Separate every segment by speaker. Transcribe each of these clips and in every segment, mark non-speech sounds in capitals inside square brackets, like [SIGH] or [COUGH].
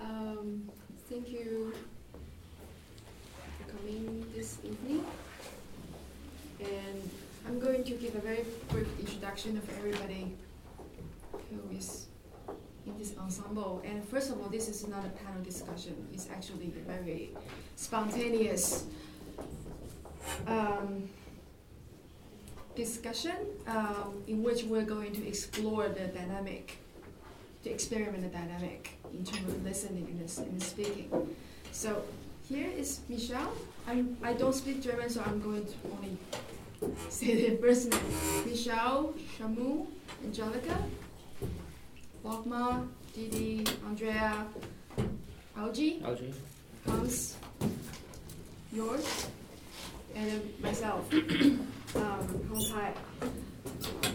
Speaker 1: Um, Thank you for coming this evening. And I'm going to give a very brief introduction of everybody who is in this ensemble. And first of all, this is not a panel discussion, it's actually a very spontaneous um, discussion um, in which we're going to explore the dynamic, to experiment the dynamic in terms of listening and, s- and speaking. So here is Michelle. I'm, I don't speak German, so I'm going to only [LAUGHS] say the first name. Michelle, Shamu, Angelica, Bogma, Didi, Andrea, Algie,
Speaker 2: Algae.
Speaker 1: Hans, yours, and then myself, um, Hong Tai.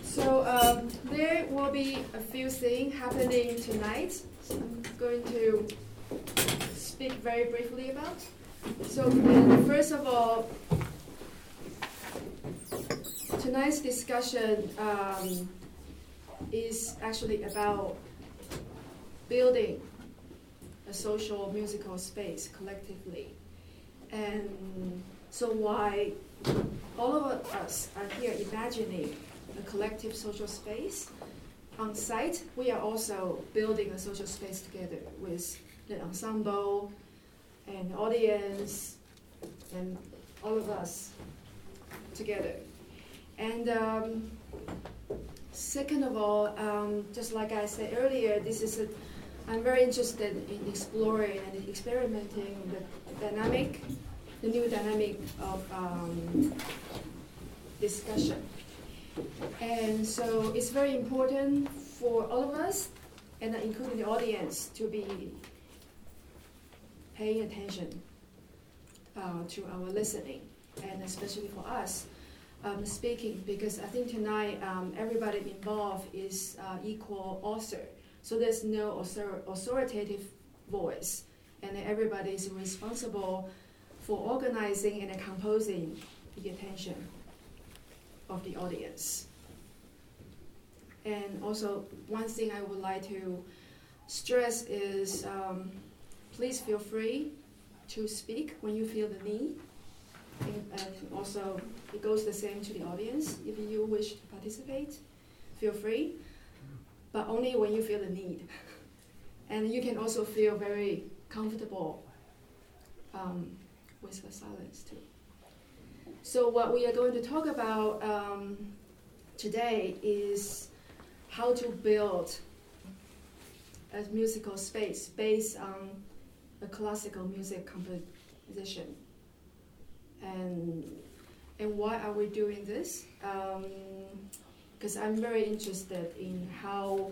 Speaker 1: So um, there will be a few things happening tonight. So I'm going to speak very briefly about. So uh, first of all, tonight's discussion um, is actually about building a social musical space collectively. And so why all of us are here imagining a collective social space on site, we are also building a social space together with the ensemble and audience and all of us together. And um, second of all, um, just like I said earlier, this is a I'm very interested in exploring and experimenting with the dynamic, the new dynamic of um, discussion. And so it's very important for all of us, and including the audience, to be paying attention uh, to our listening, and especially for us. Um, speaking because I think tonight um, everybody involved is uh, equal author, so there's no author- authoritative voice, and everybody is responsible for organizing and composing the attention of the audience. And also, one thing I would like to stress is um, please feel free to speak when you feel the need. And, and also, it goes the same to the audience. If you wish to participate, feel free but only when you feel the need. [LAUGHS] And you can also feel very comfortable um, with the silence too. So, what we are going to talk about um, today is how to build a musical space based on a classical music composition. And, and why are we doing this? Um, because I'm very interested in how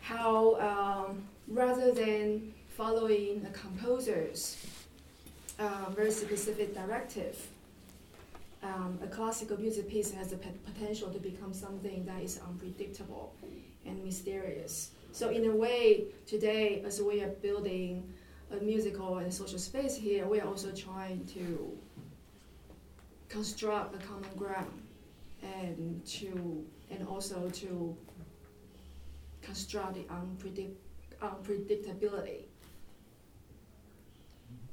Speaker 1: how um, rather than following a composer's uh, very specific directive, um, a classical music piece has the pot- potential to become something that is unpredictable and mysterious. So in a way, today as we are building a musical and social space here, we are also trying to construct a common ground and to and also to construct the unpredict, unpredictability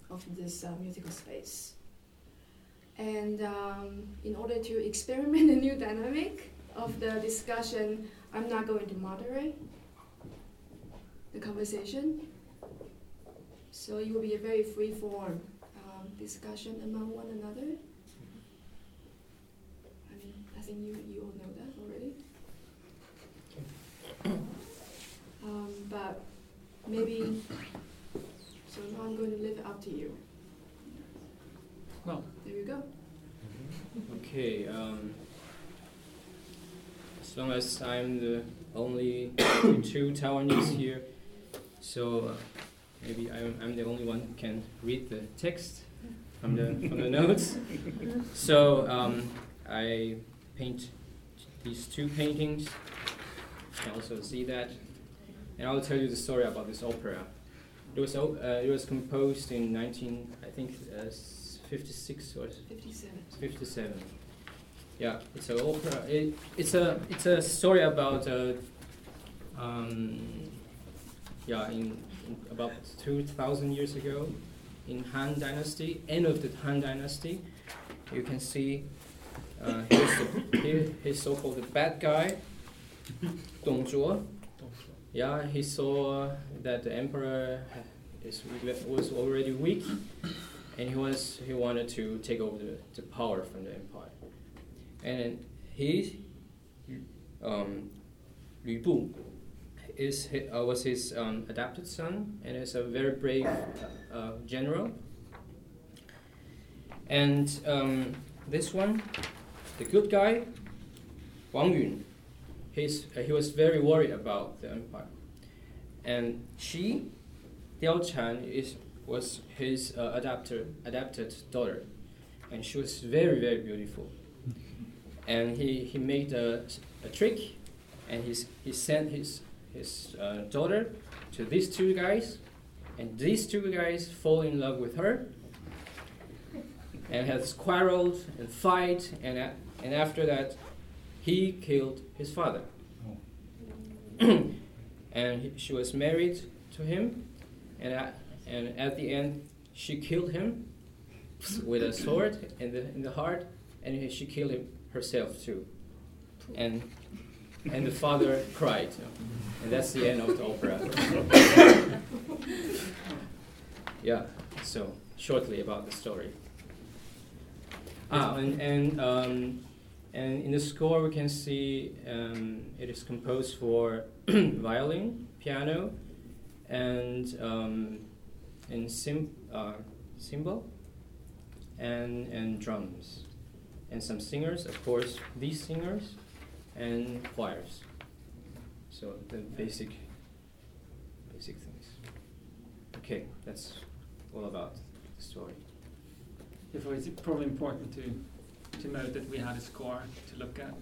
Speaker 1: of this uh, musical space. And um, in order to experiment [LAUGHS] a new dynamic of the discussion, I'm not going to moderate the conversation. So it will be a very free form um, discussion among one another. I mean, I think you, you all know that already. Um, but maybe, so now I'm going to leave it up to you.
Speaker 2: Well.
Speaker 1: There you go.
Speaker 2: Okay. Um, as long as I'm the only [COUGHS] two Taiwanese here, so uh, maybe I'm, I'm the only one who can read the text from the from the notes. So um, I paint these two paintings. You can also see that, and I'll tell you the story about this opera. It was o- uh, it was composed in 19 I think uh, 56 or
Speaker 1: 57.
Speaker 2: 57. Yeah, it's a opera. It, it's a it's a story about a uh, um, yeah, in, in about 2,000 years ago, in Han Dynasty, end of the Han Dynasty, you can see uh, his, his, his so-called bad guy, Dong Zhuo. Yeah, he saw that the emperor is, was already weak, and he was he wanted to take over the, the power from the empire. And he, um, Lü Bu, is hi- uh, was his um, adopted son, and is a very brave uh, uh, general. And um, this one, the good guy, Wang Yun, he's, uh, he was very worried about the empire. And she, Diao Chan, is, was his uh, adapter, adapted daughter. And she was very, very beautiful. And he, he made a, a trick, and he's, he sent his, his uh, daughter to these two guys. And these two guys fall in love with her and has quarreled and fight and, a- and after that he killed his father and he- she was married to him and at, and at the end she killed him with a sword in the, in the heart and he- she killed him herself too and and the father cried and that's the end of the opera yeah so shortly about the story Ah, and and, um, and in the score we can see um, it is composed for [CLEARS THROAT] violin, piano, and um, and sim uh, cymbal, and and drums, and some singers, of course, these singers, and choirs. So the basic basic things. Okay, that's all about the story.
Speaker 3: Therefore, it's probably important to, to note that we had a score to look at,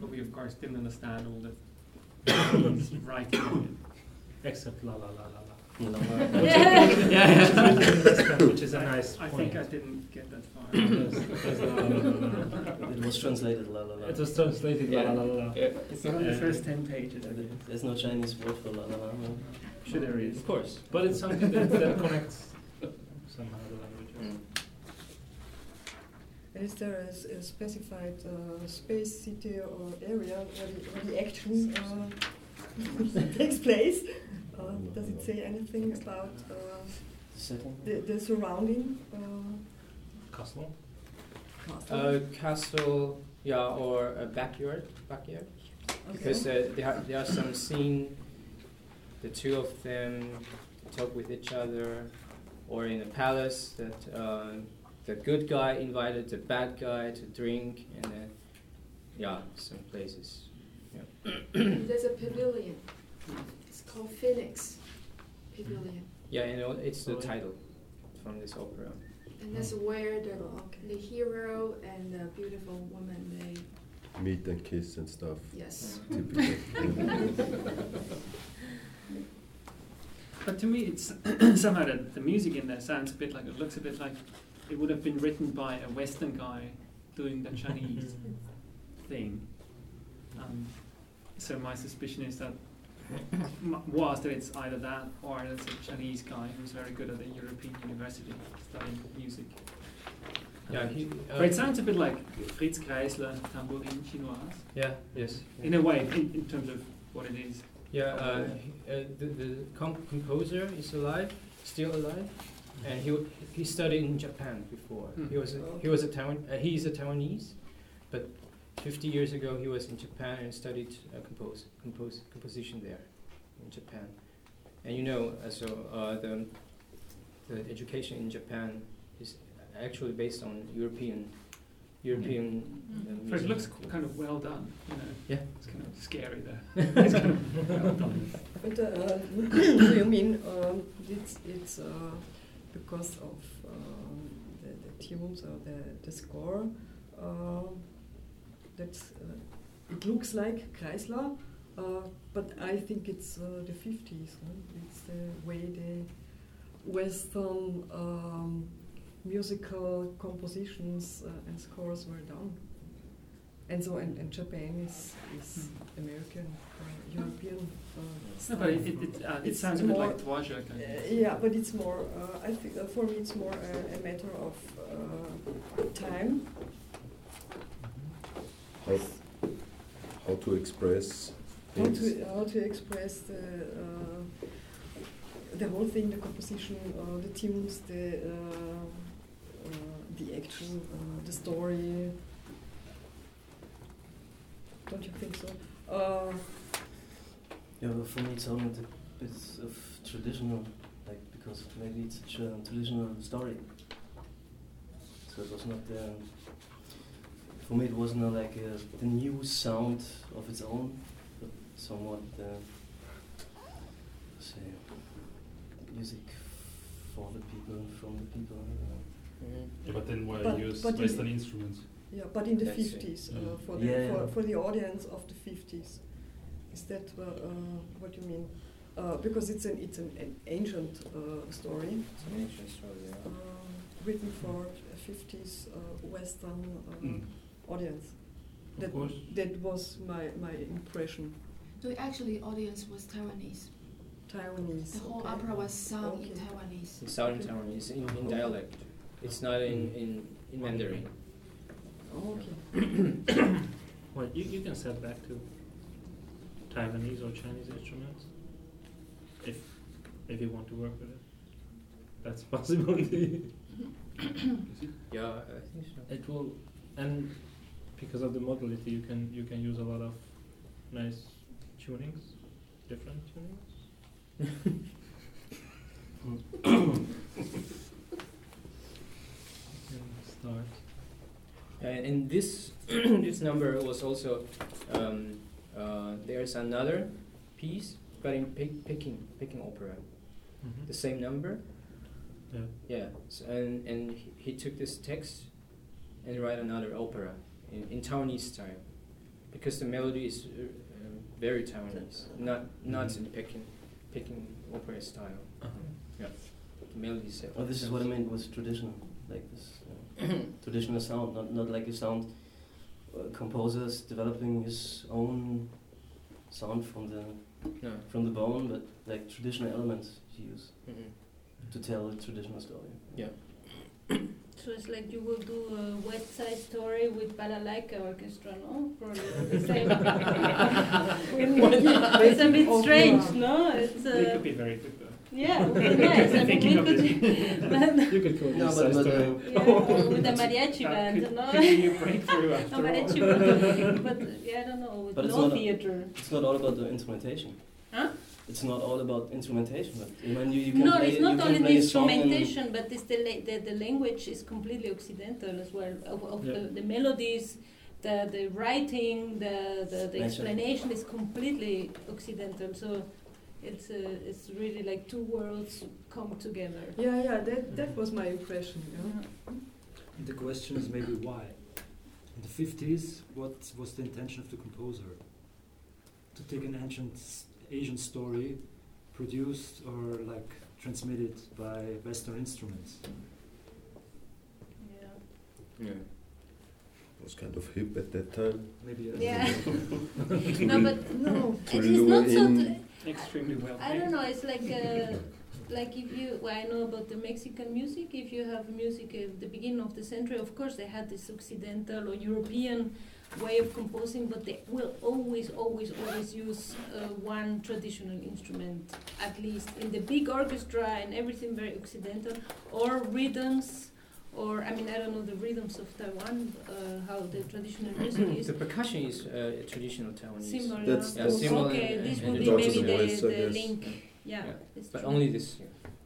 Speaker 3: but we of course didn't understand all the writing,
Speaker 4: Except la la la la la.
Speaker 5: [LAUGHS]
Speaker 3: Yeah.
Speaker 4: Yeah. Which is a nice
Speaker 3: I
Speaker 4: point.
Speaker 3: think I didn't get
Speaker 4: [LAUGHS]
Speaker 3: that far.
Speaker 4: Yes,
Speaker 6: [LAUGHS]
Speaker 4: because, uh,
Speaker 6: It was translated la la la.
Speaker 4: It was translated la la la la.
Speaker 2: Yeah.
Speaker 3: It's not on the
Speaker 4: Yeah.
Speaker 3: first ten pages, I guess.
Speaker 6: There's no Chinese word for la la la. no?
Speaker 3: Sure there is.
Speaker 2: Of course.
Speaker 4: But it's something that, that
Speaker 6: [LAUGHS]
Speaker 4: connects somehow the languages.
Speaker 7: Mm. And is there a, s- a specified uh, space, city, or area where the, where the action uh, [LAUGHS] takes place? Uh, does it say anything about uh,
Speaker 6: Second.
Speaker 7: the, the surrounding uh,
Speaker 4: Castle.
Speaker 7: castle?
Speaker 2: A Uh, castle, yeah, or a backyard, backyard. Because uh, there, are, there are some scene, the two of them talk with each other, or in a palace that uh, the good guy invited the bad guy to drink, and then yeah, some places.
Speaker 1: There's a pavilion. It's called Phoenix Pavilion,
Speaker 2: [CLEARS THROAT] Yeah, you know, it's the
Speaker 4: Alright.
Speaker 2: title from this opera.
Speaker 1: and that's where the
Speaker 7: Oh, okay.
Speaker 1: the hero and the beautiful woman they
Speaker 8: meet and kiss and stuff.
Speaker 1: yes.
Speaker 8: Typical.
Speaker 1: [LAUGHS]
Speaker 3: But to me, it's [CLEARS THROAT] somehow that the music in there sounds a bit like it looks a bit like it would have been written by a Western guy doing the Chinese thing. Um, so my suspicion is that m- was that it's either that or it's a Chinese guy who's very good at a European university studying music.
Speaker 2: Yeah, he, uh,
Speaker 3: but it sounds a bit like Fritz Kreisler, Tambourin Chinoise,
Speaker 2: yeah, yes.
Speaker 3: in a way, in, in terms of what it is.
Speaker 2: Yeah, uh, he- uh, the, the com- composer is alive, still alive, and he w- he studied in Japan before.
Speaker 3: Hmm.
Speaker 2: He was a, he was a Taiwan uh, he is a Taiwanese, but 50 years ago he was in Japan and studied uh, compose, compose composition there, in Japan. And you know, uh, so uh, the the education in Japan is actually based on European European. uh,
Speaker 3: So it
Speaker 2: music.
Speaker 3: looks kind of well done, you know.
Speaker 2: Yeah.
Speaker 3: It's kind of scary
Speaker 5: [LAUGHS]
Speaker 3: there. It's kind of well done.
Speaker 7: But, uh, [CLEARS THROAT] do you mean um, it's, it's uh, because of um, the, the tunes or the, the score? Uh, that's, uh, it looks like Kreisler, uh, but I think it's uh, the 50s. Huh? It's the way the Western um, musical compositions uh, and scores were done. and so and, and Japan is, is American, uh, European. Uh,
Speaker 3: No,
Speaker 7: style.
Speaker 3: but it, it, it, uh, it
Speaker 7: It's
Speaker 3: sounds a bit
Speaker 7: more-
Speaker 3: like Dvorak. I
Speaker 7: Uh,
Speaker 3: guess.
Speaker 7: yeah, but it's more. Uh, I think uh, for me, it's more uh, a matter of uh, time.
Speaker 8: How, how to express
Speaker 7: How
Speaker 8: things.
Speaker 7: to e- how to express the uh, the whole thing, the composition, uh, the tunes, the uh, uh, the action, uh, the story. Don't you think so? Uh,
Speaker 6: Yeah, well, for me it's only a bit of traditional, like because maybe it's a tra- traditional story. So it was not the. For me, it was not like uh the new sound of its own, but somewhat uh, say music for the people, from the people. Uh,
Speaker 7: Mm-hmm.
Speaker 4: Yeah, but then why
Speaker 7: But-
Speaker 4: use
Speaker 7: but you-
Speaker 4: Western instruments?
Speaker 7: Yeah, but in the
Speaker 2: That's it.
Speaker 7: fifties, uh,
Speaker 4: Mm.
Speaker 7: for the
Speaker 6: Yeah,
Speaker 7: for,
Speaker 6: yeah.
Speaker 7: for the audience of the fifties, is that uh, uh, what you mean? Uh, because it's an it's an, an ancient uh, story
Speaker 2: It's an ancient story,
Speaker 7: uh,
Speaker 2: yeah.
Speaker 7: written for fifties uh, Western uh,
Speaker 4: Mm.
Speaker 7: audience.
Speaker 4: Of
Speaker 7: That,
Speaker 4: course.
Speaker 7: that was my, my impression.
Speaker 1: So actually, audience was Taiwanese.
Speaker 7: Taiwanese.
Speaker 1: The whole
Speaker 7: okay.
Speaker 1: opera was sung in
Speaker 7: Okay.
Speaker 1: Taiwanese.
Speaker 2: In Southern Taiwanese, in, in dialect. It's not in, in, in Mandarin.
Speaker 7: Okay.
Speaker 5: [COUGHS] Well, you, you can set back to Taiwanese or Chinese instruments if if you want to work with it. That's [LAUGHS] a possibility.
Speaker 2: Yeah, I think so.
Speaker 5: it will, and because of the modality, you can you can use a lot of nice tunings, different tunings. You can start.
Speaker 2: And, Uh, and this [CLEARS THROAT] this number was also um, uh, there's another piece, but in Pe- Peking Peking opera, the same number.
Speaker 5: Yeah.
Speaker 2: Yeah, so, and and he, he took this text and write another opera in, in Taiwanese style, because the melody is uh, um, very Taiwanese, not not in Peking Peking opera style. The melody is.
Speaker 6: oh, this is what I meant was traditional, like this. Uh, traditional sound, not not like a sound uh, composers developing his own sound from the
Speaker 2: No.
Speaker 6: from the bone, but like traditional elements he use
Speaker 2: Mm-mm.
Speaker 6: to tell a traditional story.
Speaker 2: Yeah.
Speaker 9: So it's like you will do a West Side Story with balalaika orchestra, no? Probably the same. it's a bit strange, no? It's
Speaker 3: It could
Speaker 9: uh,
Speaker 3: be very good though. [LAUGHS]
Speaker 9: yeah, it would be nice. I mean,
Speaker 3: Thinking
Speaker 9: we
Speaker 3: of
Speaker 9: could,
Speaker 3: [LAUGHS]
Speaker 9: yeah,
Speaker 5: You could call
Speaker 6: No,
Speaker 5: this
Speaker 6: but,
Speaker 5: a
Speaker 6: but
Speaker 5: story.
Speaker 6: uh,
Speaker 9: with a mariachi
Speaker 3: That
Speaker 9: band,
Speaker 3: could,
Speaker 9: no?
Speaker 3: could be
Speaker 9: [LAUGHS]
Speaker 3: a breakthrough after
Speaker 9: no
Speaker 3: all.
Speaker 9: mariachi
Speaker 3: [LAUGHS]
Speaker 9: band, but uh, yeah, I don't know. With
Speaker 6: But it's
Speaker 9: no
Speaker 6: not a-
Speaker 9: theater.
Speaker 6: it's not all about the instrumentation.
Speaker 9: Huh?
Speaker 6: It's not all about instrumentation, but when you, you can
Speaker 9: No,
Speaker 6: play,
Speaker 9: it's
Speaker 6: you
Speaker 9: not
Speaker 6: can
Speaker 9: only the
Speaker 6: play a song and-
Speaker 9: instrumentation, but it's the, la- the the language is completely occidental as well. Of, of
Speaker 5: Yeah.
Speaker 9: the, the melodies, the the writing, the the, the
Speaker 6: Nice.
Speaker 9: explanation is completely occidental. So it's uh, it's really like two worlds come together.
Speaker 7: Yeah, yeah, that,
Speaker 4: Mm.
Speaker 7: that was my impression. Yeah.
Speaker 10: The question is maybe why. In the 50s, what was the intention of the composer? To take an ancient s- Asian story, produced or like transmitted by Western instruments.
Speaker 9: Yeah.
Speaker 2: Yeah.
Speaker 8: It was kind of hip at that time.
Speaker 10: Maybe. uh,
Speaker 8: [LAUGHS]
Speaker 9: Yeah. [LAUGHS]
Speaker 8: To
Speaker 9: No,
Speaker 8: re-
Speaker 9: but no,
Speaker 8: to
Speaker 9: it is
Speaker 8: lure
Speaker 9: not so.
Speaker 8: in- [LAUGHS]
Speaker 9: T-
Speaker 3: Extremely well.
Speaker 9: I don't know. It's like uh like if you. Well, I know about the Mexican music. If you have music at the beginning of the century, of course they had this Occidental or European way of composing, but they will always, always, always use uh, one traditional instrument at least in the big orchestra and everything very Occidental or rhythms. Or I mean I don't know the rhythms of Taiwan, uh, how the traditional music is.
Speaker 2: the percussion is uh, traditional Taiwanese.
Speaker 9: Similar.
Speaker 8: That's-
Speaker 2: Yeah, that's- similar
Speaker 9: okay,
Speaker 2: and-
Speaker 9: this
Speaker 2: and
Speaker 9: will
Speaker 2: it
Speaker 9: be
Speaker 2: also
Speaker 9: maybe
Speaker 8: relates,
Speaker 9: the,
Speaker 8: I
Speaker 9: the
Speaker 8: guess.
Speaker 9: link. Yeah,
Speaker 2: Yeah,
Speaker 9: it's
Speaker 2: But
Speaker 9: true. Mm.
Speaker 2: only this.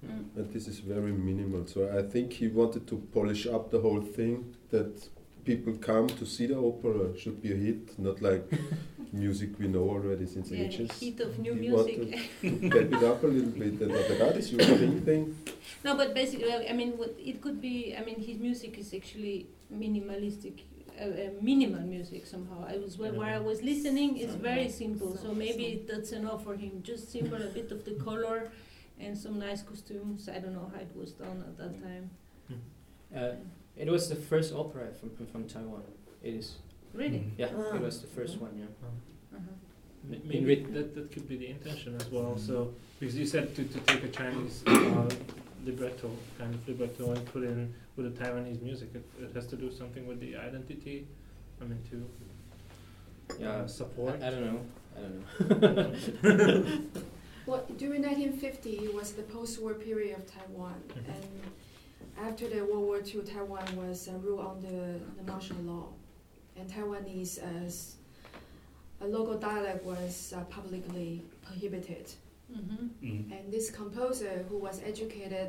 Speaker 2: Mm.
Speaker 8: And this is very minimal. So I think he wanted to polish up the whole thing that people come to see the opera should be a hit, not
Speaker 9: [LAUGHS]
Speaker 8: like music we know already since
Speaker 9: yeah,
Speaker 8: ages.
Speaker 9: heat of new
Speaker 8: You want
Speaker 9: music.
Speaker 8: to pep it up a little bit. And after that is your thing thing.
Speaker 9: no, but basically, I I mean, what it could be. I mean, his music is actually minimalistic, uh, uh, minimal music somehow. I was where, where I was listening is very simple, so maybe that's enough for him. Just simple, a bit of the color, and some nice costumes. I don't know how it was done at that time.
Speaker 2: Uh, it was the first opera from, from, from Taiwan. It is.
Speaker 9: Really?
Speaker 4: Mm.
Speaker 9: Uh-huh.
Speaker 2: Yeah,
Speaker 7: Ah.
Speaker 2: it was the first one. Yeah.
Speaker 5: M-
Speaker 2: In
Speaker 5: Maybe
Speaker 2: writ-
Speaker 5: that, that could be the intention as well.
Speaker 2: Mm-hmm.
Speaker 5: So because you said to, to take a Chinese uh, libretto, kind of libretto, and put in with the Taiwanese music, it, it has to do something with the identity. I mean, to
Speaker 2: Yeah.
Speaker 5: uh, support.
Speaker 2: I, I don't know. I don't know.
Speaker 5: [LAUGHS]
Speaker 1: Well, during 1950 was the post-war period of Taiwan, and after the World War II, Taiwan was uh, ruled under the martial law, and Taiwanese as a local dialect was uh, publicly prohibited.
Speaker 9: Mm-hmm.
Speaker 1: And this composer, who was educated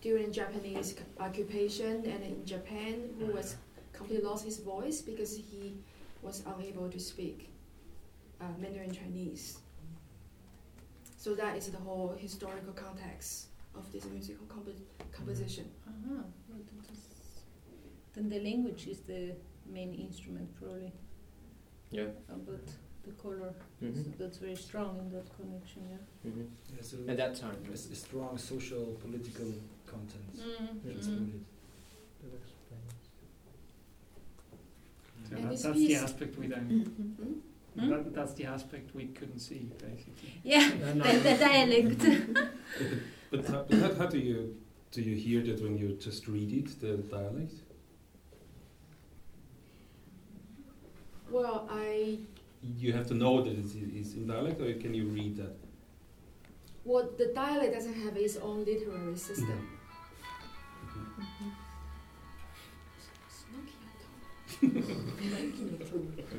Speaker 1: during Japanese c- occupation and in Japan, who was completely lost his voice because he was unable to speak uh, Mandarin Chinese. So that is the whole historical context of this musical compo- composition.
Speaker 9: Uh-huh. Well, that is- Then the language is the main instrument, probably.
Speaker 2: Yeah.
Speaker 9: About the color.
Speaker 2: hmm
Speaker 9: So that's very strong in that connection, yeah.
Speaker 2: hmm
Speaker 10: Yes,
Speaker 2: At that time.
Speaker 10: a, a strong social political content. That's
Speaker 9: mm.
Speaker 10: what it-
Speaker 5: That explains.
Speaker 3: So
Speaker 1: And
Speaker 3: that,
Speaker 1: this
Speaker 3: that's the
Speaker 1: piece-
Speaker 3: aspect we don't.
Speaker 1: Hmm?
Speaker 9: Hmm?
Speaker 3: That, that's the aspect we couldn't see, basically.
Speaker 4: [LAUGHS]
Speaker 9: Yeah,
Speaker 5: Yeah, Uh, no,
Speaker 9: the, the dialect. [LAUGHS]
Speaker 4: But, how, but how, how do you do you hear that when you just read it, the dialect?
Speaker 1: Mm-hmm. Well, I
Speaker 4: You have to know that it is in dialect, or can you read that?
Speaker 1: well the dialect doesn't have its own literary system.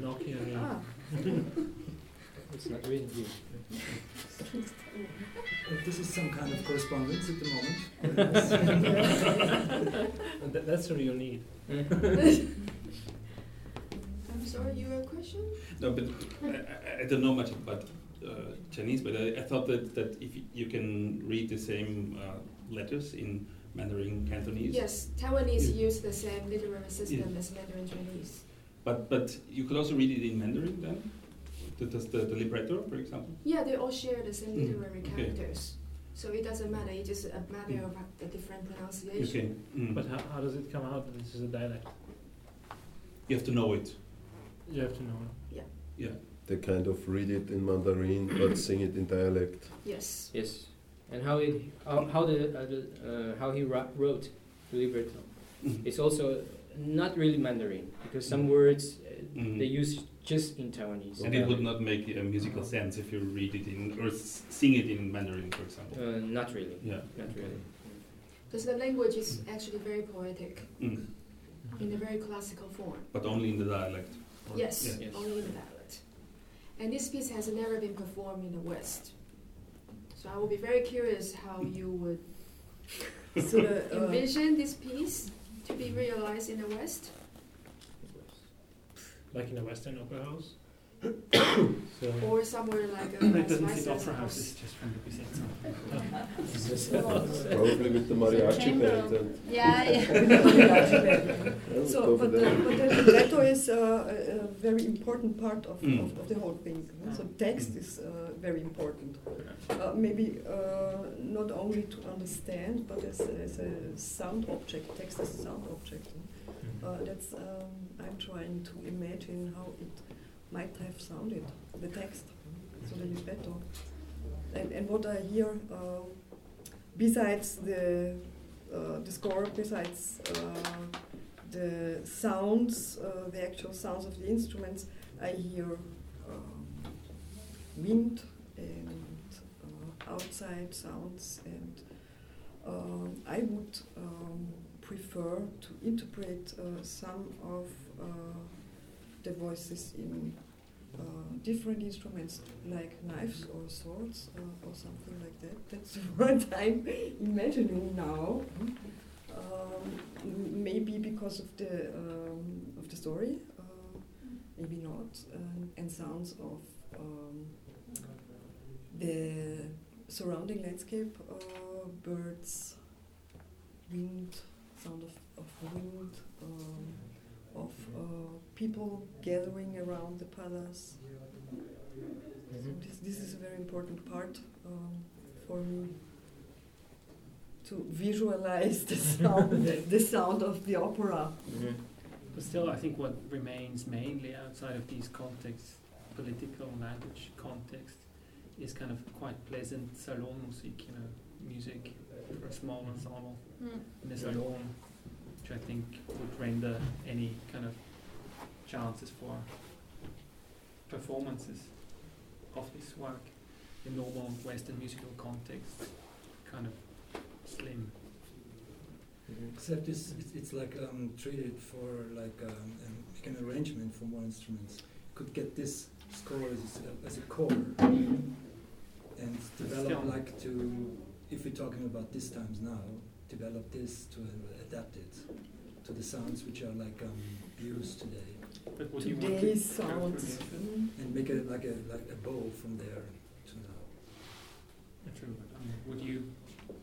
Speaker 5: Nokia, yeah.
Speaker 1: Ah,
Speaker 2: It's not really you.
Speaker 10: Uh, This is some kind of correspondence at the moment.
Speaker 5: And [LAUGHS] that, [LAUGHS] that's the real need.
Speaker 1: I'm sorry, you have a question?
Speaker 4: No, but I, I- I don't know much about uh, Chinese, but I, I thought that, that if you can read the same uh, letters in Mandarin Cantonese,
Speaker 1: Yes, Taiwanese
Speaker 4: Yeah.
Speaker 1: use the same literary system as Mandarin Chinese.
Speaker 4: but but you could also read it in Mandarin then? The, the, the, the libretto, for example?
Speaker 1: Yeah, they all share the same
Speaker 4: Mm,
Speaker 1: literary
Speaker 4: okay. Hmm.
Speaker 1: characters. So it doesn't matter, it's just a matter of the different pronunciation.
Speaker 4: Okay. Mm.
Speaker 5: But how, how does it come out that this is a dialect?
Speaker 4: you have to know it.
Speaker 5: You have to know.
Speaker 8: They kind of read it in Mandarin but sing it in dialect.
Speaker 9: [LAUGHS]
Speaker 1: Yes.
Speaker 2: Yes. And how it how, how the, uh, the uh, how he ra- wrote the libretto.
Speaker 4: Mhm.
Speaker 2: It's also not really Mandarin because some words uh,
Speaker 4: Mhm.
Speaker 2: they use just in Taiwanese.
Speaker 4: And it would not make a musical sense if you read it in or s- sing it in Mandarin, for example.
Speaker 2: Uh, not really.
Speaker 4: Yeah.
Speaker 2: Not really.
Speaker 1: Because the language is
Speaker 4: Hmm.
Speaker 1: actually very poetic
Speaker 4: Mm.
Speaker 1: in a very classical form.
Speaker 4: But only in the dialect. Or-
Speaker 1: Yes,
Speaker 2: Yes.
Speaker 1: only in the ballad. And this piece has never been performed in the West. So I will be very curious how
Speaker 4: Hmm.
Speaker 1: you
Speaker 4: [LAUGHS]
Speaker 1: would
Speaker 7: So the, uh,
Speaker 1: envision this piece to be
Speaker 4: Hmm.
Speaker 1: realized in the West.
Speaker 5: Like in a Western opera house? so,
Speaker 4: Um,
Speaker 1: Or somewhere
Speaker 4: [COUGHS]
Speaker 1: like a
Speaker 3: That
Speaker 1: Vice
Speaker 3: doesn't fit
Speaker 1: Versa's
Speaker 3: opera
Speaker 1: house.
Speaker 3: houses, just from the said something.
Speaker 8: [LAUGHS] Probably with the mariachi
Speaker 9: Chamber.
Speaker 8: band. And
Speaker 7: [LAUGHS]
Speaker 9: yeah,
Speaker 1: [LAUGHS]
Speaker 9: yeah.
Speaker 8: I would
Speaker 7: so
Speaker 8: go for
Speaker 7: but the,
Speaker 8: that.
Speaker 7: but the libretto is uh, a, a very important part of,
Speaker 4: Mm.
Speaker 7: of, of the whole thing. huh? So text is uh, very important. Uh, maybe uh, not only to understand, but as, as a sound object. Text is a sound object. huh? Uh, that's um, I'm trying to imagine how it might have sounded, the text, so the libretto. And, and what I hear, uh, besides the, uh, the score, besides uh, the sounds, uh, the actual sounds of the instruments, I hear um, wind and uh, outside sounds and um, I would um, prefer to interpret uh, some of uh, the voices in uh, different instruments, like knives or swords uh, or something like that. That's [LAUGHS] what I'm imagining now. Um, m- maybe because of the um, of the story, uh, maybe not, and, and sounds of um, the surrounding landscape, uh, birds, wind, sound of, of wind, um, of uh, people gathering around the palace. So this, this is a very important part um, for me to visualize the sound, the sound of the opera.
Speaker 2: Mhm.
Speaker 3: But still, I think what remains mainly outside of these contexts, political language context, is kind of quite pleasant salon music, you know, music for a small ensemble
Speaker 9: Mm.
Speaker 3: in a salon, which I think would render any kind of chances for performances of this work in normal Western musical context kind of slim.
Speaker 10: Except it's, it's, it's like um, treated for like um, um, make an arrangement for more instruments. Could get this score as, a- as a core and
Speaker 3: Still.
Speaker 10: develop like to, if we're talking about these times now, develop this to uh, adapt it to the sounds which are like um, used today
Speaker 3: But would you want to
Speaker 7: Today's
Speaker 3: go through the
Speaker 7: sounds.
Speaker 3: effort?
Speaker 7: Mm.
Speaker 10: and make it like a like a bow from there to now.
Speaker 3: True. but, um, would you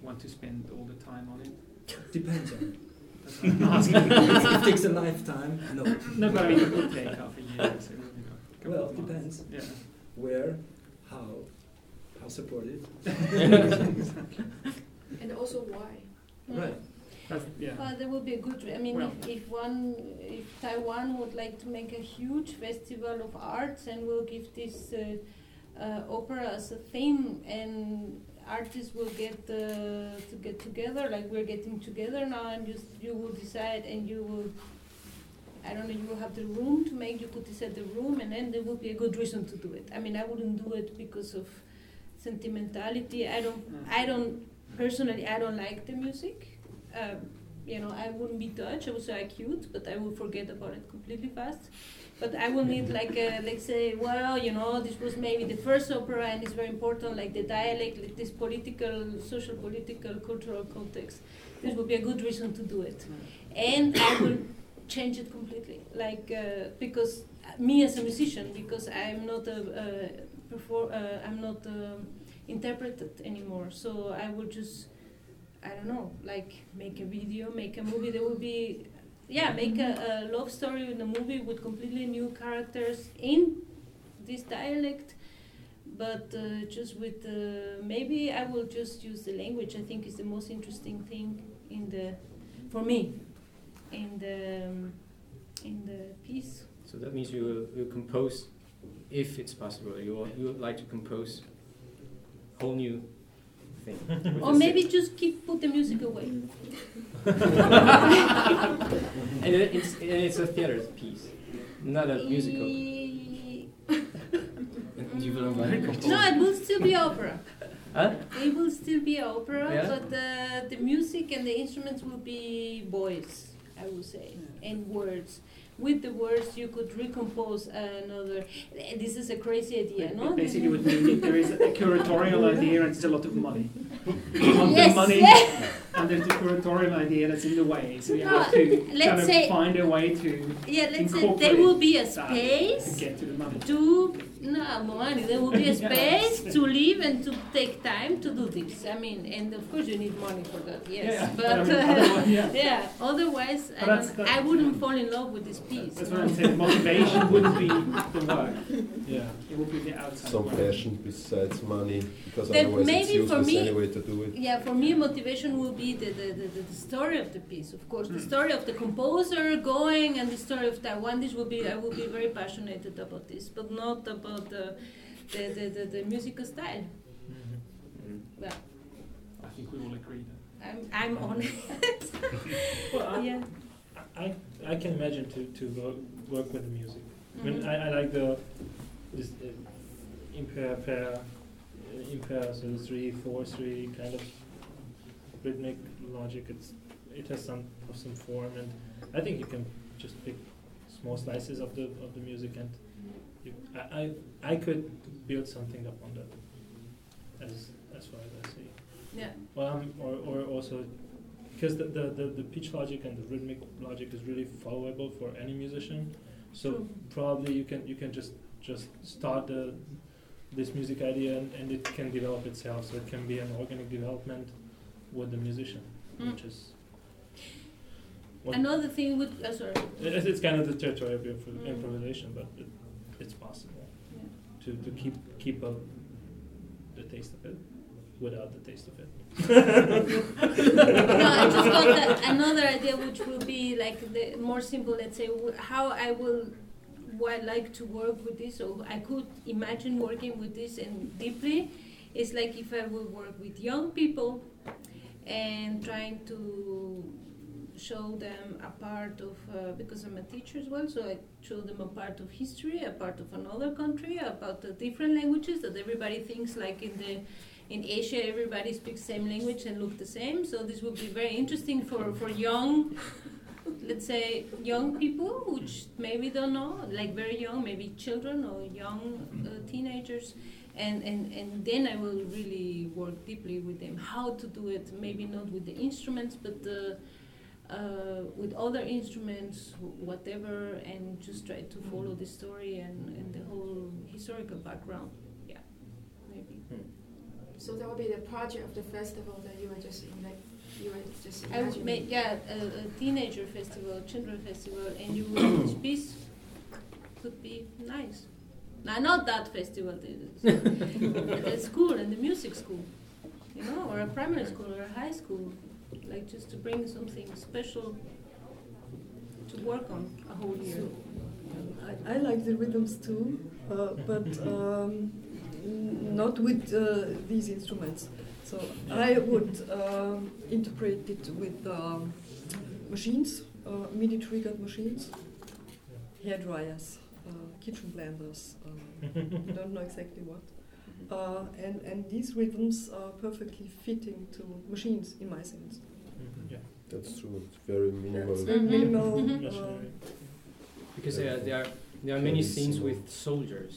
Speaker 3: want to spend all the time on it? [LAUGHS]
Speaker 10: Depends on
Speaker 3: That's what I'm
Speaker 10: it. [LAUGHS]
Speaker 3: asking.
Speaker 10: it takes a lifetime. No.
Speaker 3: no, but I mean, it would take half a year. So, you know, a couple
Speaker 10: Well,
Speaker 3: of months.
Speaker 10: depends.
Speaker 3: Yeah.
Speaker 10: Where, how, how
Speaker 3: [LAUGHS]
Speaker 10: [LAUGHS] supported.
Speaker 1: And also why?
Speaker 9: Mm.
Speaker 10: Right.
Speaker 3: That's, yeah.
Speaker 9: But that would be a good. I mean,
Speaker 3: Well-
Speaker 9: if, if one, if Taiwan would like to make a huge festival of arts and will give this uh, uh, opera as a theme, and artists will get uh, to get together, like we're getting together now, and you s- you will decide, and you will. I don't know. You will have the room to make. You could decide the room, and then there would be a good reason to do it. I mean, I wouldn't do it because of sentimentality. I don't.
Speaker 3: Mm.
Speaker 9: I don't personally. I don't like the music. Um, you know, I wouldn't be touched. I would say I cute, but I would forget about it completely fast. But I will need like a, like say, well, you know, this was maybe the first opera, and it's very important, like the dialect, like this political, social, political, cultural context. This would be a good reason to do it, and I will [COUGHS] change it completely, like uh, because me as a musician, because I'm not a, uh perfor- uh, I'm not um interpreted anymore. So I would just I don't know, like make a video, make a movie. There would be, yeah, make a, a love story in a movie with completely new characters in this dialect, but uh, just with uh, maybe I will just use the language. I think is the most interesting thing in the, for me, in the um, in the piece.
Speaker 2: So that means you will, you will compose, if it's possible, you will, you would like to compose whole new
Speaker 6: [LAUGHS]
Speaker 2: thing. with
Speaker 9: Or
Speaker 2: the
Speaker 9: maybe just keep put the music away.
Speaker 2: same- and it- it's and it's a theater piece, not a musical.
Speaker 9: E-
Speaker 6: [LAUGHS] you
Speaker 2: [LAUGHS]
Speaker 6: will invite compose.
Speaker 9: No, it will still be
Speaker 3: [LAUGHS]
Speaker 9: opera.
Speaker 2: Huh?
Speaker 9: It will still be opera,
Speaker 2: Yeah.
Speaker 9: but uh, the music and the instruments will be voice, I would say, and words. With the words, you could recompose another. eh, This is a crazy idea,
Speaker 3: It-
Speaker 9: no?
Speaker 3: it
Speaker 9: [LAUGHS]
Speaker 3: basically would mean if there is a [LAUGHS] curatorial idea and it's a lot of
Speaker 9: [LAUGHS]
Speaker 3: money. You want
Speaker 9: Yes,
Speaker 3: the money
Speaker 9: yes.
Speaker 3: and there's a curatorial idea that's in the way, so you
Speaker 9: No,
Speaker 3: have to
Speaker 9: let's
Speaker 3: kind of
Speaker 9: say-
Speaker 3: find a way to
Speaker 9: yeah, let's say there
Speaker 3: incorporate
Speaker 9: will be a
Speaker 3: that
Speaker 9: space.
Speaker 3: to get to the money.
Speaker 9: to no money. There will be a
Speaker 3: [LAUGHS] Yeah.
Speaker 9: space to live and to take time to do this. I mean, and of course you need money for that. Yes,
Speaker 3: Yeah,
Speaker 9: but,
Speaker 3: but
Speaker 9: [LAUGHS]
Speaker 3: I
Speaker 9: uh,
Speaker 3: mean, otherwise- yeah.
Speaker 9: Otherwise, I,
Speaker 3: But that's-
Speaker 9: don't,
Speaker 3: that's-
Speaker 9: I wouldn't fall in love with this piece.
Speaker 3: That's
Speaker 9: you
Speaker 3: what
Speaker 9: know.
Speaker 3: I'm saying. Motivation wouldn't be the work.
Speaker 9: [LAUGHS]
Speaker 5: Yeah.
Speaker 3: It would be the outside
Speaker 8: Some
Speaker 3: work.
Speaker 8: passion besides money, because
Speaker 9: Then
Speaker 8: otherwise it's
Speaker 9: maybe for
Speaker 8: useless
Speaker 9: me-
Speaker 8: anyway to do it.
Speaker 9: Yeah, for me, motivation will be the, the, the, the- the story of the piece, of course. The story of the composer going and the story of Taiwan. This will be, I will be very passionate about this, but not about the, the, the, the, the musical style.
Speaker 3: Mm-hmm.
Speaker 9: Well,
Speaker 3: I think we all agree that.
Speaker 9: I'm, I'm honest.
Speaker 3: [LAUGHS]
Speaker 5: Well, I,
Speaker 9: yeah.
Speaker 5: I, I can imagine to, to work, work with the music. I mean,
Speaker 9: Mhm.
Speaker 5: I, I like the this uh, impair pair, uh, impair so three four three kind of rhythmic logic. It's it has some of some form, and I think you can just pick small slices of the of the music, and you, I, I I could build something up on that. As as far as I see.
Speaker 9: Yeah.
Speaker 5: Well, um, or, or also because the, the, the, the pitch logic and the rhythmic logic is really followable for any musician. So
Speaker 9: True.
Speaker 5: probably you can you can just just start the, this music idea and, and it can develop itself. So it can be an organic development with the musician,
Speaker 9: Mm.
Speaker 5: which is what
Speaker 9: Another thing would. Uh, sorry.
Speaker 5: it, it's kind of the territory of improv-
Speaker 9: Mm.
Speaker 5: improvisation, but it, it's possible to, to keep keep up the taste of it [LAUGHS] without the taste of it. [LAUGHS]
Speaker 9: No, I just got the, another another idea which will be like the more simple, let's say, wh- how I will, why I like to work with this, or I could imagine working with this and deeply, is like if I will work with young people and trying to show them a part of, uh, because I'm a teacher as well, so I show them a part of history, a part of another country, about the different languages that everybody thinks like in the in Asia, everybody speaks same language and look the same. So this would be very interesting for, for young, let's say young people, which maybe don't know, like very young, maybe children or young uh, teenagers. And, and, and then I will really work deeply with them how to do it, maybe not with the instruments, but uh, uh, with other instruments, whatever, and just try to follow the story and, and the whole historical background. Yeah, maybe.
Speaker 1: [LAUGHS] So that will be the project of the festival that you were just ima- you were just
Speaker 9: I would
Speaker 1: imagining.
Speaker 9: make yeah a, a teenager festival, children festival, and you
Speaker 2: [COUGHS]
Speaker 9: would teach peace would be nice. Now not that festival, the, the school and the music school, you know, or a primary school or a high school, like just to bring something special to work on a whole year.
Speaker 7: I, I like the rhythms too, uh, but um, n- not with uh, these instruments. So I would um interpret it with um, machines, uh, mini triggered machines, hair dryers, uh, kitchen blenders. Uh, I don't know exactly what. Uh, and, and these rhythms are perfectly fitting to machines in my sense.
Speaker 3: Mm-hmm.
Speaker 8: That's true. It's very
Speaker 7: Yeah,
Speaker 8: minimal.
Speaker 7: it's very
Speaker 9: Mhm.
Speaker 7: minimal.
Speaker 9: Mhm.
Speaker 7: uh,
Speaker 2: Because uh, there are there are many scenes with soldiers.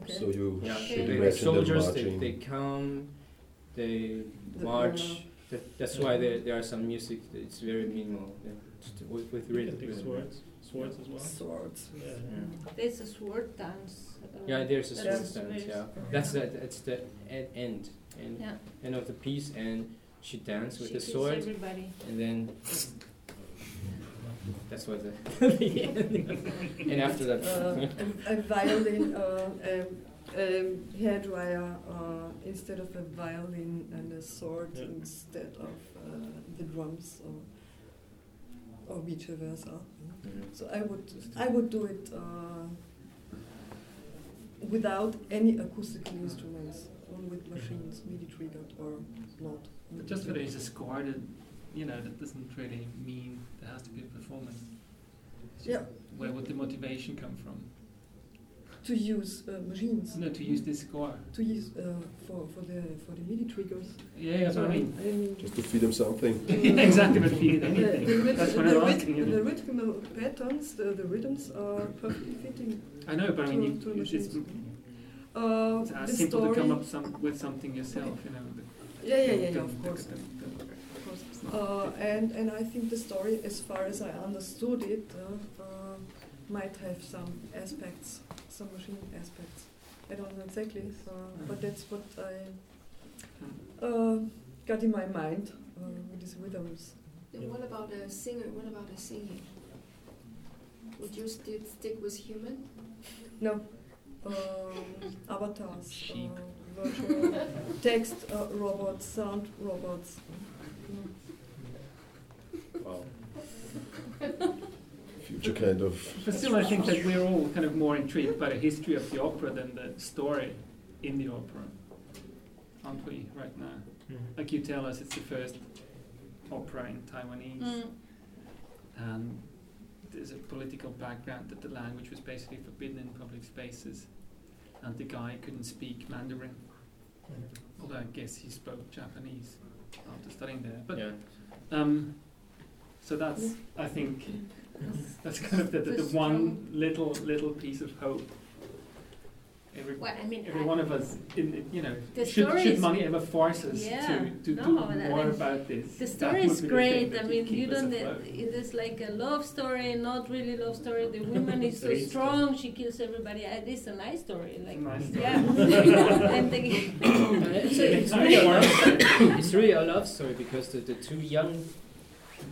Speaker 7: okay.
Speaker 8: So you
Speaker 2: Yeah,
Speaker 8: should
Speaker 9: Okay.
Speaker 2: the,
Speaker 8: imagine
Speaker 2: soldiers
Speaker 8: them
Speaker 2: they,
Speaker 8: marching.
Speaker 2: they come, they
Speaker 7: The-
Speaker 2: march. That, that's why there, there are some music. It's very minimal. Yeah. Just with with
Speaker 3: You
Speaker 2: rhythm.
Speaker 3: can take swords, swords as well.
Speaker 7: Swords.
Speaker 3: Yeah.
Speaker 2: Yeah.
Speaker 9: There's a sword dance. uh,
Speaker 2: Yeah, there's a
Speaker 9: that
Speaker 2: sword
Speaker 9: is
Speaker 2: dance.
Speaker 9: very-
Speaker 2: Yeah, that's the that's the e- end end
Speaker 9: Yeah.
Speaker 2: end of the piece, and she danced with
Speaker 9: She
Speaker 2: the
Speaker 9: kills
Speaker 2: sword,
Speaker 9: Everybody.
Speaker 2: and then that's what the, [LAUGHS] the end. and after that,
Speaker 7: uh, a, a violin, uh, a, a hairdryer uh, instead of a violin and a sword
Speaker 3: Yeah.
Speaker 7: instead of uh, the drums or or vice versa.
Speaker 2: Mhm.
Speaker 7: So I would I would do it uh, without any acoustical instruments, only with machines, MIDI triggered or not.
Speaker 3: But Mm-hmm. just that there's a score that, you know, that doesn't really mean there has to be a performance. It's just
Speaker 7: Yeah.
Speaker 3: Where would the motivation come from?
Speaker 7: to use uh, machines
Speaker 3: No, to use this score.
Speaker 7: to use uh, for for the for the MIDI triggers. Uh,
Speaker 3: Yeah, that's what I mean.
Speaker 7: I mean
Speaker 8: Just to feed them something.
Speaker 3: [LAUGHS] Yeah, exactly, but if you did
Speaker 7: The, the,
Speaker 3: anything,
Speaker 7: rhythm-
Speaker 3: that's
Speaker 7: the,
Speaker 3: what I'm
Speaker 7: rhythm-
Speaker 3: asking. isn't
Speaker 7: the
Speaker 3: it?
Speaker 7: rhythmical patterns, the, the rhythms are perfectly fitting
Speaker 3: I know, but I mean,
Speaker 7: to, to
Speaker 3: you, it's,
Speaker 7: machines.
Speaker 3: it's
Speaker 7: Uh,
Speaker 3: it's
Speaker 7: the
Speaker 3: as simple
Speaker 7: story,
Speaker 3: to come up some, with something yourself, you know. but-
Speaker 7: yeah, yeah, yeah, yeah,
Speaker 3: don't-
Speaker 7: of course.
Speaker 3: don't- don't- don't-
Speaker 7: Of course it's not. Uh, and and I think the story, as far as I understood it, uh, uh, might have some aspects, some machine aspects. I don't know exactly, so, but that's what I uh, got in my mind uh, with these rhythms.
Speaker 1: Then what about the singer? What about the singing? Would you still stick with human?
Speaker 7: No. Um, avatars,
Speaker 3: Sheep.
Speaker 7: Uh, virtual text uh, robots, sound robots.
Speaker 2: wow.
Speaker 8: Future kind of.
Speaker 3: But still, I think that we're all kind of more intrigued by the history of the opera than the story in the opera, aren't we, right now? Like you tell us, it's the first opera in Taiwanese,
Speaker 9: Mm.
Speaker 3: and there's a political background that the language was basically forbidden in public spaces, and the guy couldn't speak Mandarin, although I guess he spoke Japanese after studying there. But
Speaker 2: yeah.
Speaker 3: um, so that's, I think, that's kind of the, the, the one little little piece of hope. Every,
Speaker 9: Well, I mean,
Speaker 3: every
Speaker 9: I-
Speaker 3: one of us, in, in- you know,
Speaker 9: The
Speaker 3: should,
Speaker 9: story
Speaker 3: should
Speaker 9: is-
Speaker 3: money ever force us
Speaker 9: Yeah,
Speaker 3: to, to
Speaker 9: no,
Speaker 3: do
Speaker 9: that-
Speaker 3: more
Speaker 9: that-
Speaker 3: about this?
Speaker 9: The
Speaker 3: That
Speaker 9: story
Speaker 3: would
Speaker 9: is
Speaker 3: be the thing
Speaker 9: great.
Speaker 3: that
Speaker 9: I
Speaker 3: would
Speaker 9: mean,
Speaker 3: keep
Speaker 9: you
Speaker 3: us
Speaker 9: don't.
Speaker 3: afloat.
Speaker 9: It is like a love story, not really love story.
Speaker 3: [LAUGHS]
Speaker 9: The woman is so
Speaker 5: Very
Speaker 9: strong. She kills everybody. It is a nice story. Like
Speaker 3: Nice story.
Speaker 9: yeah. [LAUGHS]
Speaker 3: [LAUGHS]
Speaker 9: and the,
Speaker 2: it's,
Speaker 9: So it's
Speaker 2: it's really a
Speaker 9: really-
Speaker 2: love story. it's really a love story because the, the two young,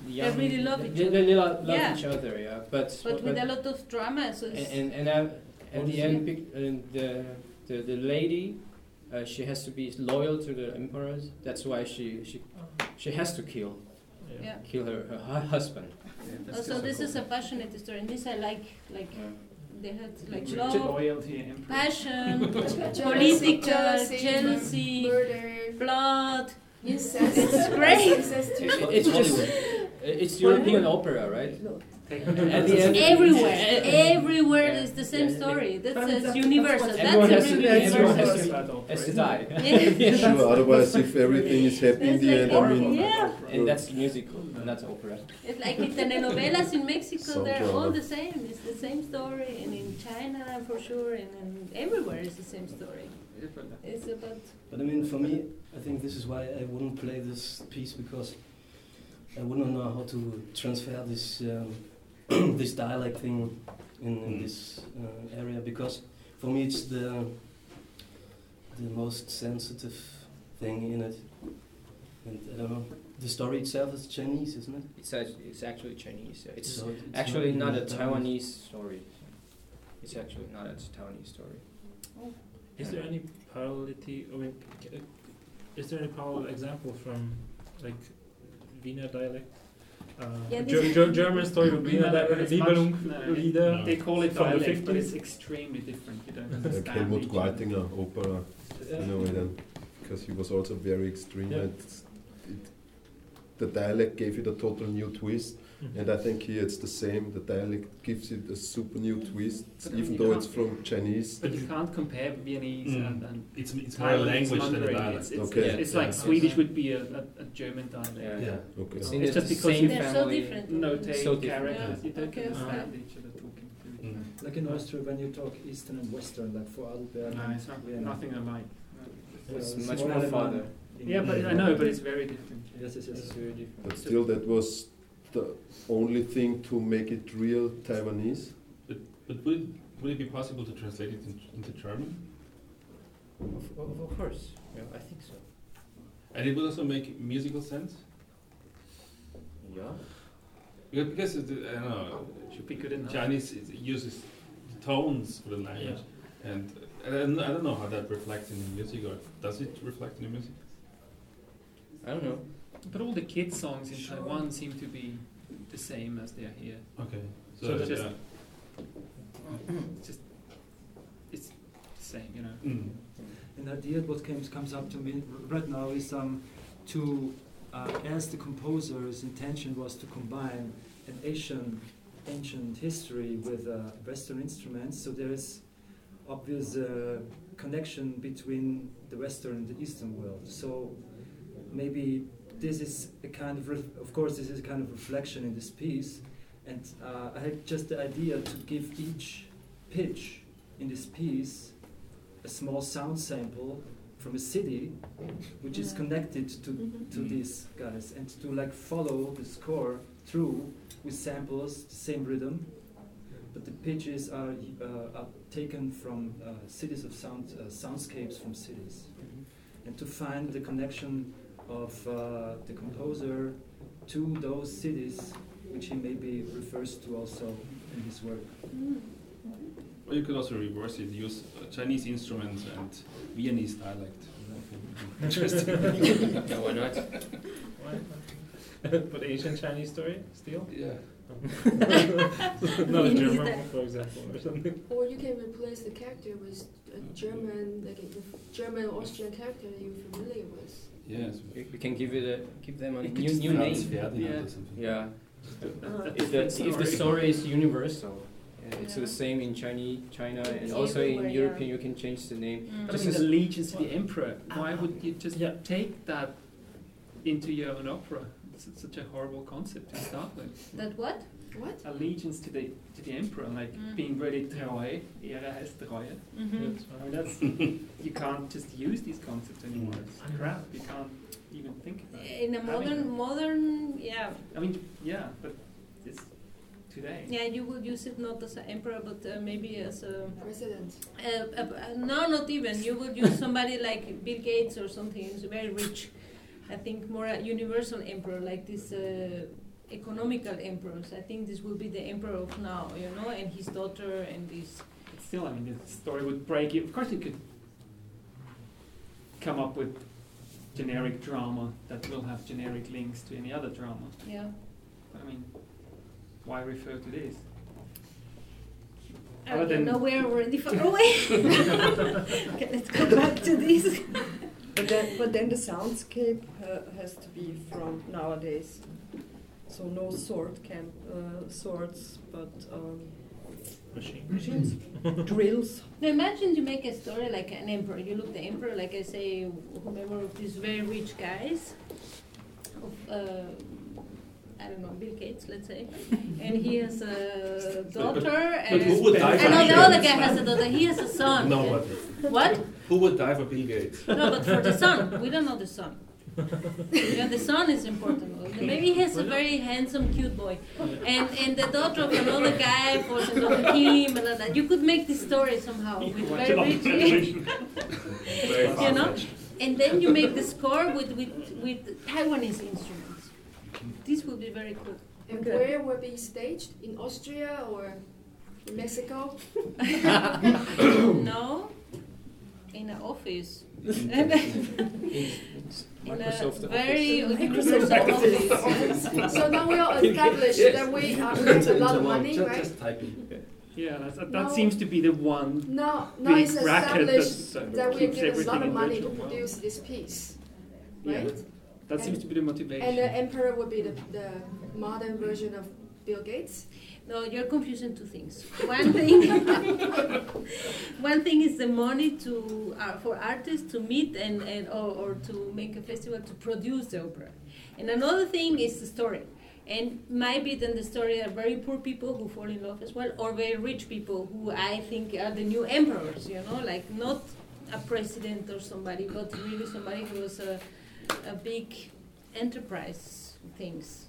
Speaker 2: young
Speaker 9: really love each
Speaker 2: they,
Speaker 9: other.
Speaker 2: They, they lo- love
Speaker 9: Yeah.
Speaker 2: each other, yeah. But
Speaker 9: but with a lot of drama. So
Speaker 2: and
Speaker 9: it's,
Speaker 2: and, and uh, at the
Speaker 9: Yeah.
Speaker 2: end, pic- and the, the the lady, uh, she has to be loyal to the emperor. That's why she she she has to kill
Speaker 9: Yeah.
Speaker 2: kill her, her hu- husband.
Speaker 3: that's
Speaker 9: Also,
Speaker 3: just
Speaker 9: Oh, this is a
Speaker 3: cool-
Speaker 9: passionate story, and this I like. Like they had like
Speaker 3: Richard
Speaker 9: love,
Speaker 3: Boyle to your emperor.
Speaker 9: passion,
Speaker 1: Jealousy,
Speaker 9: political,
Speaker 1: jealousy,
Speaker 9: jealousy,
Speaker 1: murder,
Speaker 9: blood.
Speaker 1: incest.
Speaker 9: It's great. [LAUGHS]
Speaker 1: Incest too.
Speaker 2: It- it's just it's European opera, right?
Speaker 7: No,
Speaker 3: Take-
Speaker 2: At the end-
Speaker 9: Everywhere,
Speaker 2: Yeah.
Speaker 9: everywhere
Speaker 2: Yeah.
Speaker 9: is the same
Speaker 2: Yeah.
Speaker 9: story. That's,
Speaker 3: But
Speaker 9: that's
Speaker 3: that-
Speaker 9: universal.
Speaker 3: that's
Speaker 9: That's,
Speaker 3: what
Speaker 2: everyone
Speaker 9: a
Speaker 2: has to-
Speaker 9: really
Speaker 2: everyone
Speaker 9: universal
Speaker 2: has
Speaker 9: story.
Speaker 2: to- Has to die,
Speaker 9: Yeah.
Speaker 8: Sure, otherwise, if everything is happy in
Speaker 9: That's
Speaker 8: the
Speaker 9: like
Speaker 8: end, I mean,
Speaker 9: everything. Yeah.
Speaker 2: and that's musical, and that's opera.
Speaker 9: It's like in the telenovelas in Mexico,
Speaker 8: Some
Speaker 9: they're
Speaker 8: drama.
Speaker 9: all the same. It's the same story, and in China for sure, and, and everywhere is the same story. It's about
Speaker 6: But I mean, for me, I think this is why I wouldn't play this piece because I wouldn't know how to transfer this um, [CLEARS THROAT] this dialect thing in, in
Speaker 4: Mm.
Speaker 6: this uh, area because for me it's the the most sensitive thing in it. And I don't know. The story itself is Chinese, isn't it?
Speaker 2: It's act- it's actually Chinese. yeah. It's
Speaker 6: So it's
Speaker 2: actually not a
Speaker 6: really
Speaker 2: Taiwanese story. It's actually not a Taiwanese story.
Speaker 5: Is there any parallelity? I mean, c- c- is there any parallel example from like Wiener dialect? Uh,
Speaker 9: Yeah,
Speaker 5: Ger-
Speaker 9: this-
Speaker 5: Ger- German story of
Speaker 3: Wiener
Speaker 5: Wiener
Speaker 3: dialect
Speaker 5: dialect,
Speaker 3: is
Speaker 5: Liebelung,
Speaker 3: much- no, it-
Speaker 5: Lieder.
Speaker 4: No.
Speaker 3: They call it
Speaker 5: From the
Speaker 3: dialect, but
Speaker 5: 50s?
Speaker 3: it's extremely different. You don't
Speaker 8: like
Speaker 3: understand.
Speaker 8: Helmut
Speaker 3: each other.
Speaker 8: Greitinger opera,
Speaker 5: Yeah.
Speaker 8: in a way, then, because he was also very extreme.
Speaker 5: Yeah.
Speaker 8: And s- it, the dialect gave it a total new twist,
Speaker 5: Mhm.
Speaker 8: and I think here it's the same. The dialect gives it a super new twist,
Speaker 3: But I mean,
Speaker 8: even
Speaker 3: you
Speaker 8: though
Speaker 3: can't-
Speaker 8: it's from Chinese.
Speaker 3: But you can't compare Viennese
Speaker 4: Mm.
Speaker 3: and, and
Speaker 4: It's, it's more a
Speaker 3: Thailand,
Speaker 4: language than a
Speaker 3: Mandarin.
Speaker 4: dialect.
Speaker 3: It's, it's,
Speaker 8: Okay.
Speaker 3: it's
Speaker 4: Yeah.
Speaker 3: like
Speaker 4: Yeah.
Speaker 3: Swedish would be a, a, a German dialect.
Speaker 2: Yeah.
Speaker 4: Yeah.
Speaker 8: Okay.
Speaker 2: It's
Speaker 8: It's
Speaker 2: in
Speaker 3: It's
Speaker 2: the
Speaker 3: just because
Speaker 2: same
Speaker 3: you-
Speaker 9: they're so
Speaker 2: family.
Speaker 9: different.
Speaker 3: No take
Speaker 2: So different.
Speaker 3: characters. You don't
Speaker 9: Okay,
Speaker 3: understand
Speaker 9: okay.
Speaker 3: each other talking to each
Speaker 4: Mm.
Speaker 10: Like in Austria, when you talk Eastern and Western, like for
Speaker 3: other.
Speaker 10: Alberg,
Speaker 3: No, it's not,
Speaker 10: Vienna.
Speaker 3: nothing alike.
Speaker 2: It's
Speaker 10: Yeah,
Speaker 2: much
Speaker 10: it's
Speaker 2: more
Speaker 10: more
Speaker 2: farther.
Speaker 3: Yeah, but I know, but it's very different.
Speaker 10: Yes, yes,
Speaker 2: It's
Speaker 10: yes.
Speaker 2: very different.
Speaker 8: But still, that was the only thing to make it real Taiwanese.
Speaker 4: But would, would it be possible to translate it into, into German?
Speaker 2: Of, of, of course, yeah, I think so.
Speaker 4: And it would also make musical sense?
Speaker 2: Yeah.
Speaker 4: Yeah, Because, it, I don't know,
Speaker 3: Should be good enough.
Speaker 4: Chinese is- uses tones for the language. And, and I don't- I don't know how that reflects in the music, or does it reflect in the music?
Speaker 2: I don't know.
Speaker 3: But all the kids' songs in
Speaker 10: Sure.
Speaker 3: Taiwan seem to be the same as they are here.
Speaker 4: Okay. So,
Speaker 3: So
Speaker 4: yeah.
Speaker 3: just-
Speaker 4: [COUGHS]
Speaker 3: It's just, it's the same, you know.
Speaker 4: Mm.
Speaker 10: An idea what comes comes up to me right now is um, to uh, as the composer's intention was to combine an Asian ancient history with uh, Western instruments. So there is obvious uh, connection between the Western and the Eastern world. So maybe this is a kind of ref- of course this is a kind of reflection in this piece, and uh, I had just the idea to give each pitch in this piece a small sound sample from a city which is
Speaker 9: Yeah.
Speaker 10: connected to
Speaker 9: Mhm.
Speaker 10: to these guys and to like follow the score through with samples, the same rhythm, but the pitches are, uh, are taken from uh, cities of sound, uh, soundscapes from cities, and to find the connection of uh, the composer to those cities, which he maybe refers to also in his work.
Speaker 9: Mm.
Speaker 4: Or you could also reverse it, use uh, Chinese instruments and Viennese dialect. [LAUGHS]
Speaker 10: Interesting.
Speaker 2: Yeah, why not?
Speaker 5: Why? but Asian Chinese story still?
Speaker 4: Yeah.
Speaker 5: [LAUGHS] not a
Speaker 9: Is
Speaker 5: German
Speaker 9: that-
Speaker 5: one, for example, or something.
Speaker 1: Or you can replace the character with a German, like a German Austrian character that you're familiar with.
Speaker 4: Yes.
Speaker 2: We, we can give it a give them a
Speaker 3: You could
Speaker 2: new
Speaker 3: just
Speaker 2: new
Speaker 4: Franz
Speaker 2: name.
Speaker 4: Ferdinand
Speaker 3: Yeah.
Speaker 4: or something.
Speaker 2: Yeah.
Speaker 9: Uh,
Speaker 3: That's
Speaker 2: If the
Speaker 3: different
Speaker 2: if the story is universal, uh, it's
Speaker 9: Yeah.
Speaker 2: the same in Chinese China and
Speaker 9: It's
Speaker 2: also in
Speaker 9: everywhere,
Speaker 2: European.
Speaker 9: yeah.
Speaker 2: You can change the name.
Speaker 9: Mm.
Speaker 3: But
Speaker 2: This
Speaker 3: I mean,
Speaker 2: is-
Speaker 3: allegiance to the uh, emperor. Why
Speaker 2: Ah.
Speaker 3: would you just
Speaker 5: Yeah.
Speaker 3: take that into your own opera? It's, it's such a horrible concept to start with.
Speaker 9: That what?
Speaker 1: What?
Speaker 3: Allegiance to the to the emperor, like
Speaker 9: Mm.
Speaker 3: being really treu, Ehre heißt Treue.
Speaker 9: Mm-hmm.
Speaker 3: I mean, that's you can't just use these concepts anymore. It's crap. You can't even think about it.
Speaker 9: Eh, In a
Speaker 3: Having
Speaker 9: modern,
Speaker 3: them.
Speaker 9: modern, yeah,
Speaker 3: I mean, yeah, but it's today.
Speaker 9: yeah, you would use it not as an emperor, but uh, maybe as a
Speaker 1: President.
Speaker 9: Uh, uh, uh, no, not even. You would use somebody like Bill Gates or something who's very rich. I think more a universal emperor, like this uh, economical emperors. I think this will be the emperor of now, you know, and his daughter and this.
Speaker 3: But still, I mean, the story would break it. Of course, you could come up with generic drama that will have generic links to any other drama.
Speaker 9: Yeah.
Speaker 3: But I mean, why refer to this?
Speaker 9: Oh,
Speaker 3: Other
Speaker 9: yeah,
Speaker 3: than-
Speaker 9: no, we're
Speaker 3: [LAUGHS]
Speaker 1: [LAUGHS]
Speaker 9: already far away. okay, let's go back to this.
Speaker 7: But then, but then the soundscape uh, has to be from nowadays. So no sword camp, uh, swords, but um,
Speaker 5: Machine.
Speaker 7: machines, drills.
Speaker 9: Now imagine you make a story like an emperor. You look the emperor, like I say, whomever of these very rich guys, of uh, I don't know, Bill Gates, let's say, and he has a daughter,
Speaker 4: But
Speaker 9: and,
Speaker 4: who would die for
Speaker 9: and no, the
Speaker 4: Bill
Speaker 9: other
Speaker 4: Gates?
Speaker 9: guy has a daughter. He has a son.
Speaker 4: Nobody.
Speaker 9: What?
Speaker 4: Who would die for Bill Gates?
Speaker 9: No, but for the son, we don't know the son. yeah, the son is important. Maybe he has a very handsome, cute boy, and and the daughter of another guy falls in love with him and all that. You could make this story somehow with
Speaker 3: What
Speaker 9: very
Speaker 3: a
Speaker 9: rich,
Speaker 3: observation.
Speaker 9: you know, and then you make the score with with with Taiwanese instruments. This would be very cool.
Speaker 1: And
Speaker 7: Okay.
Speaker 1: where will be staged? In Austria or in
Speaker 7: [LAUGHS]
Speaker 1: Mexico?
Speaker 9: [LAUGHS] no, in an office. in a
Speaker 2: Microsoft
Speaker 9: very
Speaker 7: Microsoft
Speaker 9: [LAUGHS] Microsoft office. [LAUGHS]
Speaker 1: so now we are established that we, are, we have a lot of money,
Speaker 10: just,
Speaker 1: right?
Speaker 10: just type in.
Speaker 3: Yeah, that's, that
Speaker 1: No.
Speaker 3: seems to be the one.
Speaker 1: Now, now
Speaker 3: big
Speaker 1: it's
Speaker 3: racket
Speaker 1: established
Speaker 3: that's, uh,
Speaker 1: that we are
Speaker 3: keeps
Speaker 1: given a
Speaker 3: everything
Speaker 1: lot of
Speaker 3: in
Speaker 1: money to
Speaker 3: virtual world.
Speaker 1: produce this piece,
Speaker 3: Yeah.
Speaker 1: right?
Speaker 3: That seems to be the motivation.
Speaker 1: And uh, the emperor would be the, the modern version of Bill Gates.
Speaker 9: No, you're confusing two things. One thing, one thing is the money to uh, for artists to meet and, and or, or to make a festival to produce the opera, and another thing is the story. And maybe then the story are very poor people who fall in love as well, or very rich people who I think are the new emperors. You know, like not a president or somebody, but really somebody who was a, a big enterprise things.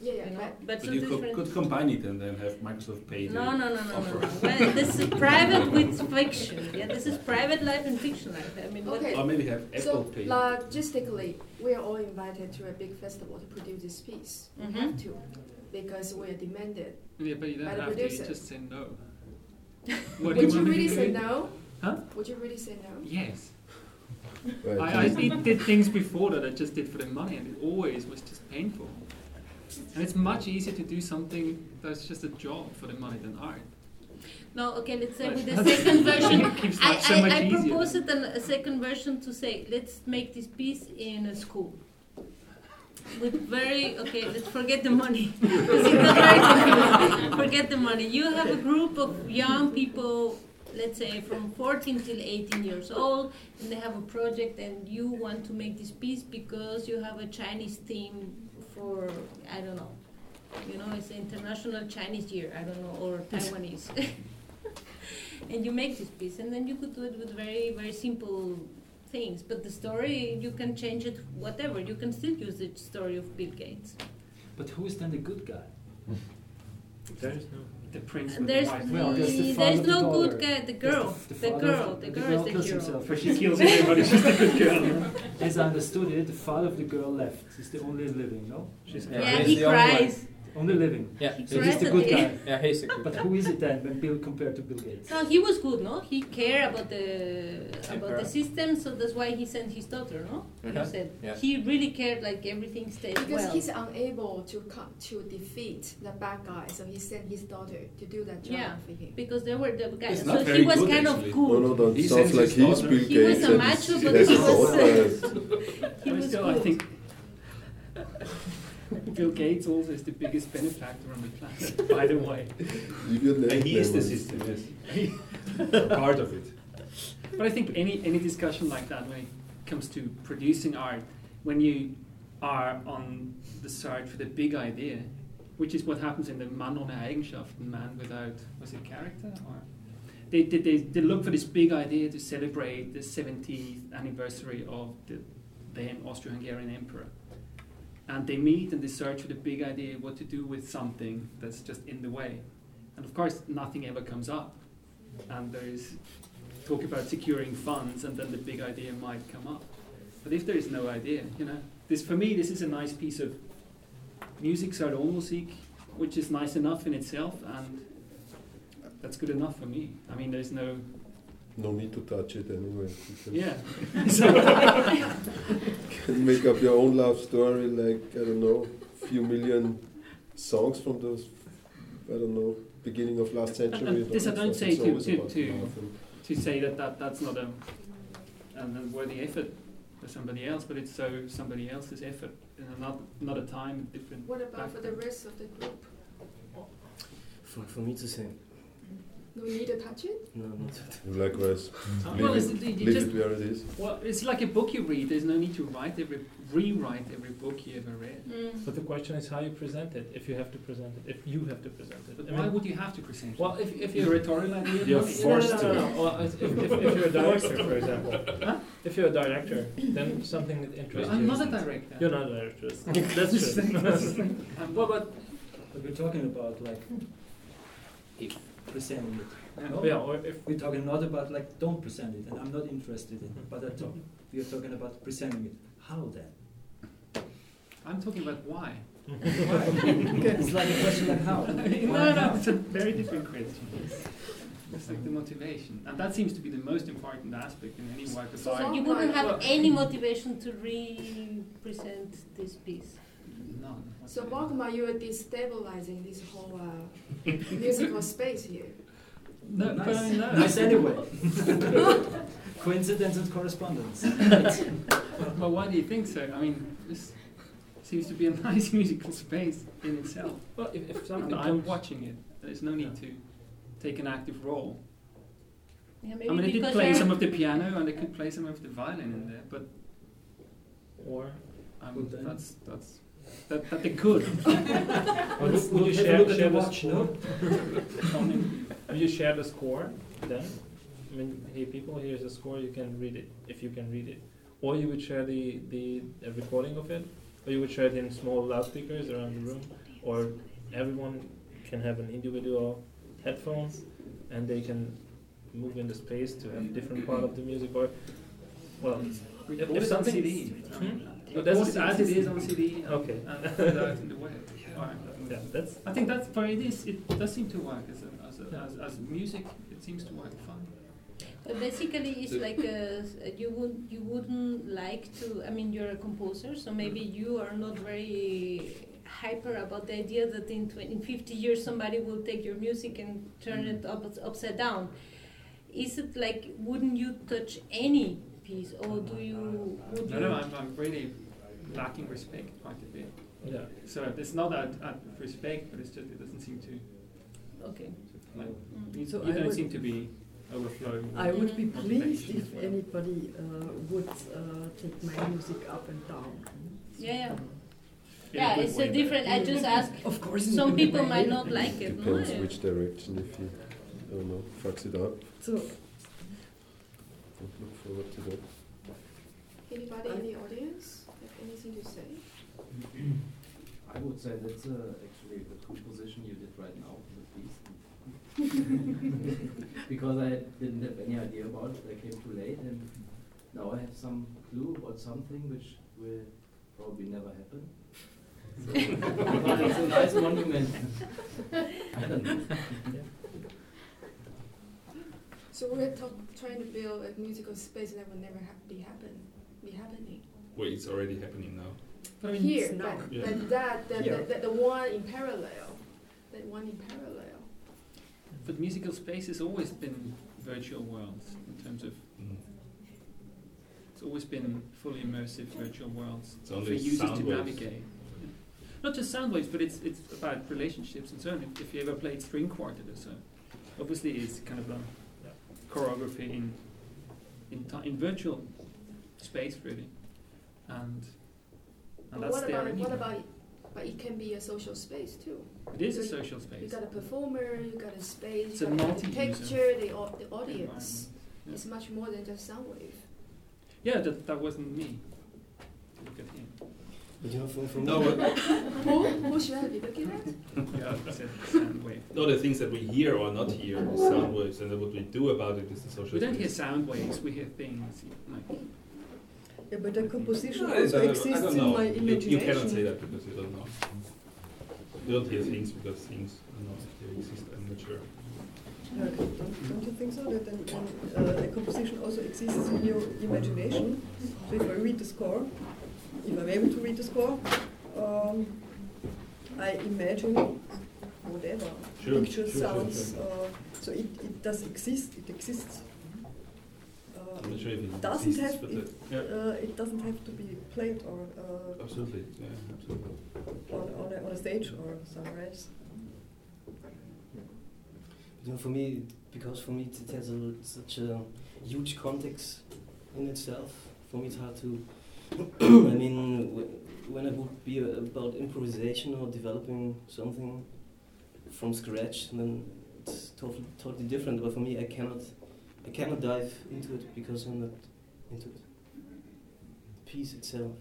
Speaker 1: Yeah, yeah.
Speaker 9: You know,
Speaker 1: But
Speaker 9: but,
Speaker 4: But
Speaker 9: so
Speaker 4: you
Speaker 9: different.
Speaker 4: could, could combine it and then have Microsoft pay the
Speaker 9: No, no, no, no, no.
Speaker 4: offer.
Speaker 9: no. [LAUGHS] well, this is private with fiction. Yeah, this is private life and fiction life. I mean,
Speaker 1: Okay.
Speaker 3: Oh,
Speaker 4: Or maybe have Apple
Speaker 1: so
Speaker 4: pay.
Speaker 1: logistically, we are all invited to a big festival to produce this piece.
Speaker 9: what?
Speaker 1: We have to, because we are demanded.
Speaker 3: yeah, but you
Speaker 1: by
Speaker 3: don't
Speaker 1: the
Speaker 3: have to. You
Speaker 1: producer.
Speaker 3: just say
Speaker 1: [LAUGHS]
Speaker 3: no. What do
Speaker 1: Would
Speaker 3: you
Speaker 1: you
Speaker 3: want me to
Speaker 1: really
Speaker 3: do?
Speaker 1: say no?
Speaker 3: Huh?
Speaker 1: Would you really say no?
Speaker 3: Yes.
Speaker 8: Right.
Speaker 3: I, I did, did things before that I just did for the money, and it always was just painful. And it's much easier to do something that's just a job for the money than art.
Speaker 9: No, okay, let's say with the
Speaker 3: That's- [LAUGHS]
Speaker 9: second version.
Speaker 3: It keeps
Speaker 9: I,
Speaker 3: life so
Speaker 9: I,
Speaker 3: much
Speaker 9: I
Speaker 3: easier.
Speaker 9: proposed an, a second version to say, let's make this piece in a school. With very, okay, let's forget the money. [LAUGHS] 'Cause it got very confusing. forget the money. You have a group of young people, let's say from 14 till 18 years old, and they have a project, and you want to make this piece because you have a Chinese theme for, I don't know. You know, it's International Chinese Year, I don't know, or Taiwanese [LAUGHS] and you make this piece and then you could do it with very very simple things but the story you can change it whatever you can still use the story of bill gates
Speaker 10: But who is then the good guy?
Speaker 5: There is no.
Speaker 3: The prince
Speaker 9: and
Speaker 3: with the
Speaker 9: there's
Speaker 3: wife.
Speaker 10: Well, there's the
Speaker 9: the-
Speaker 10: father
Speaker 9: there's
Speaker 10: of the
Speaker 9: no good
Speaker 10: daughter.
Speaker 9: guy the
Speaker 10: There's
Speaker 9: girl the,
Speaker 10: the f- the father
Speaker 9: girl
Speaker 10: of-
Speaker 9: the
Speaker 10: the
Speaker 9: girl
Speaker 10: girl
Speaker 9: is the
Speaker 10: kills
Speaker 9: hero
Speaker 10: himself.
Speaker 3: But she kills everybody, she's a good girl.
Speaker 10: [LAUGHS] As I understood it, the father of the girl left. He's the only living, no?
Speaker 3: She's
Speaker 2: Yeah,
Speaker 9: yeah
Speaker 2: he's
Speaker 9: he
Speaker 2: the only one.
Speaker 9: cries
Speaker 10: Only living.
Speaker 2: Yeah,
Speaker 9: He
Speaker 2: he's,
Speaker 10: So he's the
Speaker 9: Right,
Speaker 10: good
Speaker 9: okay.
Speaker 10: guy.
Speaker 2: yeah, he's a good
Speaker 10: But who is it then when Bill compared to Bill Gates?
Speaker 9: no he was good no he cared about the about
Speaker 2: Emperor.
Speaker 9: the system so that's why he sent his daughter no you
Speaker 4: Mm-hmm.
Speaker 2: Mhm.
Speaker 9: said
Speaker 2: Yeah.
Speaker 9: he really cared like everything stayed
Speaker 1: Because
Speaker 9: well
Speaker 1: he's unable to come to defeat the bad guy, so he sent his daughter to do that job
Speaker 9: Yeah.
Speaker 1: for him.
Speaker 9: because they were the guys
Speaker 4: It's
Speaker 9: so
Speaker 4: not
Speaker 9: he
Speaker 4: very
Speaker 9: was
Speaker 4: good,
Speaker 9: kind
Speaker 4: actually.
Speaker 9: of
Speaker 8: no,
Speaker 9: good
Speaker 8: no, that
Speaker 4: He
Speaker 8: sounds
Speaker 4: sends
Speaker 8: like
Speaker 4: his
Speaker 8: he's
Speaker 4: daughter.
Speaker 8: Bill
Speaker 4: He
Speaker 8: Gates.
Speaker 9: was a
Speaker 8: and
Speaker 9: macho,
Speaker 8: he's-
Speaker 9: but
Speaker 8: has
Speaker 9: he
Speaker 8: his
Speaker 9: was,
Speaker 8: daughter.
Speaker 9: [LAUGHS] he
Speaker 3: But
Speaker 9: was
Speaker 3: still,
Speaker 9: good
Speaker 3: I think [LAUGHS] Bill Gates also is the biggest benefactor on the planet, by the way.
Speaker 8: You get an
Speaker 4: And he is the
Speaker 8: nickname.
Speaker 4: system, yes. Part of it.
Speaker 3: But I think any any discussion like that when it comes to producing art, when you are on the search for the big idea, which is what happens in the Man ohne Eigenschaft, Man without was it character or they, they, they, they look for this big idea to celebrate the 70th anniversary of the then Austro-Hungarian emperor. And they meet and they search for the big idea what to do with something that's just in the way. And of course, nothing ever comes up. And there is talk about securing funds and then the big idea might come up. But if there is no idea, you know, this for me, this is a nice piece of music, solo music, which is nice enough in itself, and that's good enough for me. I mean, there's no
Speaker 8: no need to touch it anyway. You can-
Speaker 3: Yeah.
Speaker 8: [LAUGHS] can make up your own love story, like, I don't know, few million songs from the, I don't know, beginning of last century.
Speaker 3: and
Speaker 8: you know,
Speaker 3: Uh, this I
Speaker 8: it's
Speaker 3: don't
Speaker 8: like-
Speaker 3: say
Speaker 8: it's
Speaker 3: to-
Speaker 8: always
Speaker 3: to-
Speaker 8: about
Speaker 3: to-
Speaker 8: love and-
Speaker 3: to say that, that that's not a, an worthy effort for somebody else, but it's so somebody else's effort in another, another time, different.
Speaker 1: What about for the rest of the group?
Speaker 6: For, for me to say,
Speaker 1: No need to touch it?
Speaker 6: no, not to
Speaker 8: Likewise,
Speaker 3: Uh,
Speaker 8: leave,
Speaker 3: well, it's,
Speaker 8: it,
Speaker 3: you
Speaker 8: leave
Speaker 3: just,
Speaker 8: it where it is.
Speaker 3: well, it's like a book you read. There's no need to write every, rewrite every book you ever read.
Speaker 9: Mm.
Speaker 5: But the question is how you present it. If you have to present it. If you have to present it.
Speaker 3: But
Speaker 5: I
Speaker 3: why
Speaker 5: mean-
Speaker 3: would you have to present?
Speaker 5: Well,
Speaker 3: it?
Speaker 5: if- if
Speaker 3: Your
Speaker 5: you-
Speaker 3: rhetorical idea.
Speaker 4: You're
Speaker 3: No, no, no,
Speaker 4: forced
Speaker 3: no,
Speaker 4: to.
Speaker 3: no, no.
Speaker 5: Well, as- if, if, if you're a director, for example, if you're a director, then something that interests
Speaker 3: I'm
Speaker 5: you.
Speaker 3: not a director.
Speaker 5: You're not a director.
Speaker 3: [LAUGHS]
Speaker 5: [LAUGHS] That's true. [LAUGHS] That's true.
Speaker 3: I'm, well, but
Speaker 10: But we're talking about like
Speaker 2: If.
Speaker 10: presenting it. No?
Speaker 5: Yeah, or if
Speaker 10: We're talking not about like don't present it, and I'm not interested in. it, But I talk,
Speaker 5: Mm-hmm.
Speaker 10: we are talking about presenting it. How then?
Speaker 3: I'm talking about why. [LAUGHS]
Speaker 5: [LAUGHS]
Speaker 10: it's like a question like how.
Speaker 3: no, no, it's a very different question. It's like the motivation, and that seems to be the most important aspect in any work of
Speaker 1: So
Speaker 3: art.
Speaker 9: You wouldn't have any motivation to re-present this piece.
Speaker 3: None.
Speaker 1: So,
Speaker 3: whatsoever.
Speaker 1: Bogma, you are destabilizing this whole uh, musical space here.
Speaker 3: No, but I
Speaker 10: nice.
Speaker 3: mean,
Speaker 4: [LAUGHS]
Speaker 3: no.
Speaker 10: nice
Speaker 9: [LAUGHS]
Speaker 10: anyway. Coincidence and correspondence.
Speaker 3: [LAUGHS] Well, why do you think so? I mean, this seems to be a [LAUGHS] nice musical space in itself.
Speaker 5: well, if, if something
Speaker 3: And I'm
Speaker 5: comes-
Speaker 3: watching it. There's no need to take an active role.
Speaker 9: Yeah,
Speaker 3: I mean, I
Speaker 9: maybe
Speaker 3: did
Speaker 9: because
Speaker 3: play
Speaker 9: you're-
Speaker 3: some of the piano and I could play some of the violin in there, but
Speaker 5: or
Speaker 10: Well,
Speaker 3: um,
Speaker 10: then-
Speaker 3: that's that's that, that they could.
Speaker 5: Well,
Speaker 10: Let's-
Speaker 5: [LAUGHS] would you
Speaker 10: we'll have a
Speaker 5: share-
Speaker 10: look at
Speaker 5: share
Speaker 10: the
Speaker 5: the
Speaker 10: watch, no?
Speaker 5: Will you share the score then? I mean, hey people, here's the score. You can read it if you can read it, or you would share the the uh, recording of it, or you would share it in small loudspeakers around the room, or everyone can have an individual headphones, and they can move in the space to have different part of the music. Or well,
Speaker 3: Record it
Speaker 5: If
Speaker 3: on
Speaker 5: something-
Speaker 3: CD.
Speaker 5: Hmm?
Speaker 3: Record it as it is on CD.
Speaker 5: okay,
Speaker 3: [LAUGHS] And put it out in the web. All right.
Speaker 5: yeah, that's
Speaker 3: I think that's for it is. It does seem to work as a, as, a, as as music. It seems to work fine.
Speaker 9: But Uh, basically, it's like a, uh, you would you wouldn't like to. I mean, you're a composer, so maybe you are not very hyper about the idea that in 20, in 50 years somebody will take your music and turn it up, upside down. Is it like wouldn't you touch any piece, or do you? Would
Speaker 3: No,
Speaker 9: you
Speaker 3: no, I'm, I'm really lacking respect quite a bit.
Speaker 5: yeah.
Speaker 3: So it's not out, out of respect, but it's just it doesn't seem to
Speaker 9: okay.
Speaker 3: like
Speaker 9: Mm.
Speaker 3: you,
Speaker 7: So
Speaker 3: you
Speaker 7: I
Speaker 3: don't
Speaker 7: would-
Speaker 3: seem to be overflowing. Mm-hmm.
Speaker 7: I would be
Speaker 9: Mhm.
Speaker 7: pleased
Speaker 3: Motivation as
Speaker 7: if
Speaker 3: well.
Speaker 7: anybody uh, would uh, take my music up and down.
Speaker 9: Yeah, yeah.
Speaker 3: In
Speaker 9: Yeah,
Speaker 3: good
Speaker 9: it's
Speaker 3: way,
Speaker 9: a
Speaker 3: but-
Speaker 9: different. I just ask.
Speaker 7: Of course, in
Speaker 9: Some
Speaker 7: a
Speaker 9: people
Speaker 7: way.
Speaker 9: might not like it. no?
Speaker 8: Depends which direction, if you, I don't know, fucks it up.
Speaker 7: So
Speaker 8: Don't look forward to that.
Speaker 1: [LAUGHS] Anybody in the audience have anything to say?
Speaker 6: I would say that's uh, actually the composition you did right now for the piece. [LAUGHS] because I didn't have any idea about it, I came too late, and now I have some clue about something which will probably never happen. So it's a nice monument. I don't know.
Speaker 1: So we're talk, trying to build a musical space that will never hap be happen, be happening
Speaker 4: Well, it's already happening now.
Speaker 3: But I mean,
Speaker 1: here.
Speaker 7: it's now.
Speaker 1: But,
Speaker 4: Yeah.
Speaker 1: but that, that,
Speaker 7: Here.
Speaker 1: that, that the one in parallel, that one in parallel.
Speaker 3: But musical space has always been virtual worlds in terms of
Speaker 4: Mm.
Speaker 3: it's always been fully immersive virtual worlds
Speaker 4: It's
Speaker 3: for
Speaker 4: only
Speaker 3: users
Speaker 4: sound
Speaker 3: to
Speaker 4: waves.
Speaker 3: navigate. Not just sound waves, but it's it's about relationships and so on. If, if you ever played string quartet or so, obviously it's kind of a choreography in in, ti in virtual space really, and
Speaker 1: But
Speaker 3: and that's
Speaker 1: what
Speaker 3: there.
Speaker 1: about
Speaker 3: anyway.
Speaker 1: what about? But it can be a social space too.
Speaker 3: it is a social space.
Speaker 1: You got a performer, you got a space,
Speaker 3: It's
Speaker 1: you
Speaker 3: a
Speaker 1: got the
Speaker 3: multi-user
Speaker 1: picture, the, au- the
Speaker 3: environment.
Speaker 1: audience.
Speaker 3: yeah.
Speaker 1: It's much more than just sound
Speaker 3: [LAUGHS]
Speaker 1: wave.
Speaker 3: Yeah, that, that wasn't me. Look at him.
Speaker 6: You know, for, for
Speaker 4: No,
Speaker 6: me,
Speaker 4: but,
Speaker 1: who, who should I be looking at?
Speaker 3: Yeah, it's a sound wave.
Speaker 4: no, the things that we hear or not hear is sound waves, and then what we do about it is the social.
Speaker 3: We don't hear
Speaker 4: space.
Speaker 3: sound waves, we hear things. Like,
Speaker 7: Yeah, but the composition
Speaker 4: No, it's- I
Speaker 7: also
Speaker 4: don't- I
Speaker 7: exists
Speaker 4: don't
Speaker 7: in
Speaker 4: know.
Speaker 7: my
Speaker 4: You-
Speaker 7: imagination.
Speaker 4: You cannot say that because you don't know. You don't hear things because things are not they exist. I'm not sure.
Speaker 7: Yeah, don't, don't you think so? That then, then uh, a composition also exists in your imagination. So if I read the score, if I'm able to read the score, um, I imagine whatever
Speaker 4: Sure,
Speaker 7: pictures,
Speaker 4: sure, sure,
Speaker 7: sounds.
Speaker 4: sure.
Speaker 7: Uh, so it, it does exist. It exists. Uh,
Speaker 4: I'm not sure if it
Speaker 7: doesn't
Speaker 4: exists,
Speaker 7: have
Speaker 4: but
Speaker 7: it,
Speaker 4: the- yeah.
Speaker 7: uh, it doesn't have to be played or uh,
Speaker 4: Absolutely, yeah, absolutely.
Speaker 7: on, on, a, on a stage or somewhere else.
Speaker 6: You know, for me, because for me it has a, such a huge context in itself. For me, it's hard to. [COUGHS] I mean, wh- when it would be about improvisation or developing something from scratch, then it's totally, totally different. But for me, I cannot, I cannot dive into it because I'm not into it. Piece itself.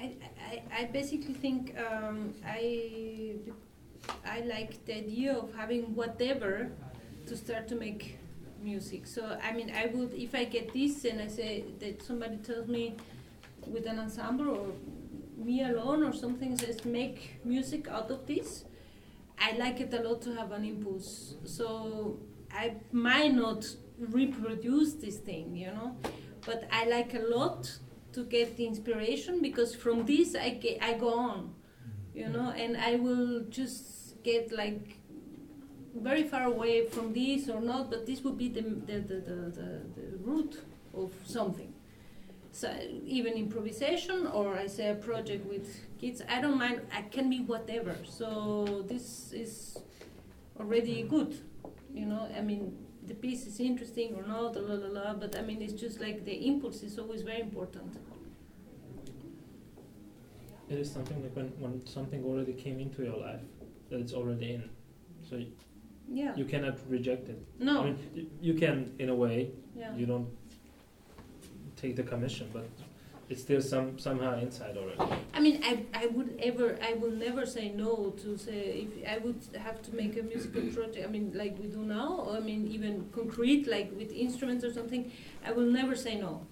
Speaker 9: I, I, I basically think um, I, I like the idea of having whatever to start to make music. So I mean, I would if I get this and I say that somebody tells me with an ensemble or me alone or something says make music out of this. I like it a lot to have an impulse. So I might not reproduce this thing, you know, but I like a lot to get the inspiration because from this I, ge- I go on, you know, and I will just get like very far away from this or not, but this would be the, the, the, the, the, the root of something. So even improvisation or I say a project with kids, I don't mind. I can be whatever. So this is already good, you know. I mean, the piece is interesting or not, la la la. But I mean, it's just like the impulse is always very important.
Speaker 5: It is something like when, when something already came into your life, that it's already in. So y-
Speaker 9: Yeah.
Speaker 5: you cannot reject it. I
Speaker 9: No.
Speaker 5: mean, y- you can, in a way,
Speaker 9: Yeah.
Speaker 5: you don't take the commission, but it's still some somehow inside already.
Speaker 9: I mean, I, I would ever, I will never say no to say if I would have to make a musical project. I mean, like we do now, or I mean, even concrete, like with instruments or something. I will never say no,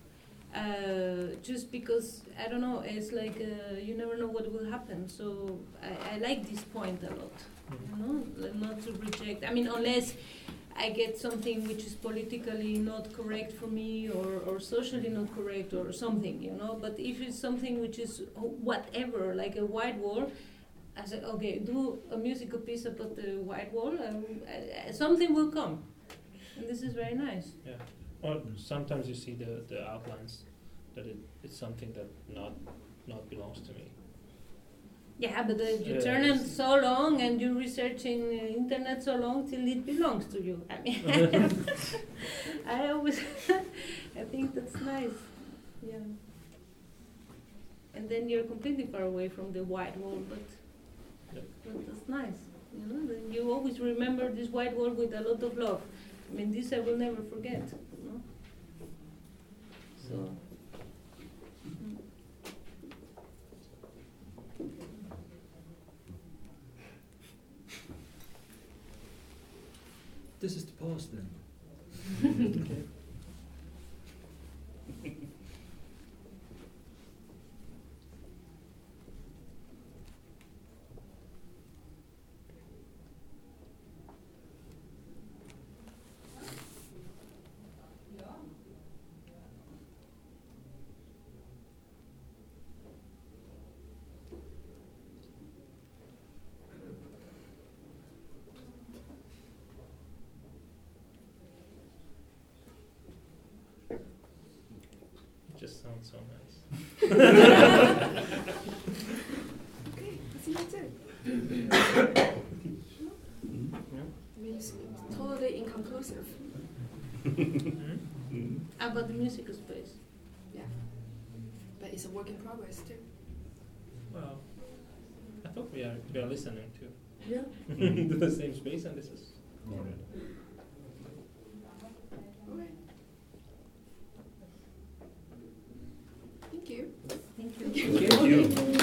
Speaker 9: uh, just because I don't know. It's like uh, you never know what will happen. So I, I like this point a lot. You know, like not to reject. I mean, unless. I get something which is politically not correct for me or, or socially not correct or something, you know. But if it's something which is whatever, like a white wall, I say, okay, do a musical piece about the white wall, and uh, something will come. And this is very nice.
Speaker 5: Or sometimes you see the, the outlines that it, it's something that not not belongs to me.
Speaker 9: Yeah, but uh, you
Speaker 5: Yeah,
Speaker 9: turn it
Speaker 5: it's-
Speaker 9: so long and you research in uh, internet so long till it belongs to you. I mean, [LAUGHS] I always, [LAUGHS] I think that's nice. Yeah. And then you're completely far away from the white wall, but,
Speaker 5: Yeah.
Speaker 9: but that's nice. You know, then you always remember this white wall with a lot of love. I mean, this I will never forget. You know? So.
Speaker 10: This is the past
Speaker 6: [LAUGHS]
Speaker 10: then.
Speaker 5: It just sounds so nice.
Speaker 1: Okay, I think that's it.
Speaker 5: Yeah.
Speaker 1: I mean, it's it's totally inconclusive.
Speaker 6: Mm.
Speaker 9: About the musical space.
Speaker 1: But it's a work in progress too.
Speaker 5: Well, I thought we are we are listening
Speaker 7: Yeah.
Speaker 5: to to [LAUGHS] the same space, and this is
Speaker 1: Okay. Thank you.
Speaker 9: Thank you.
Speaker 4: Thank you.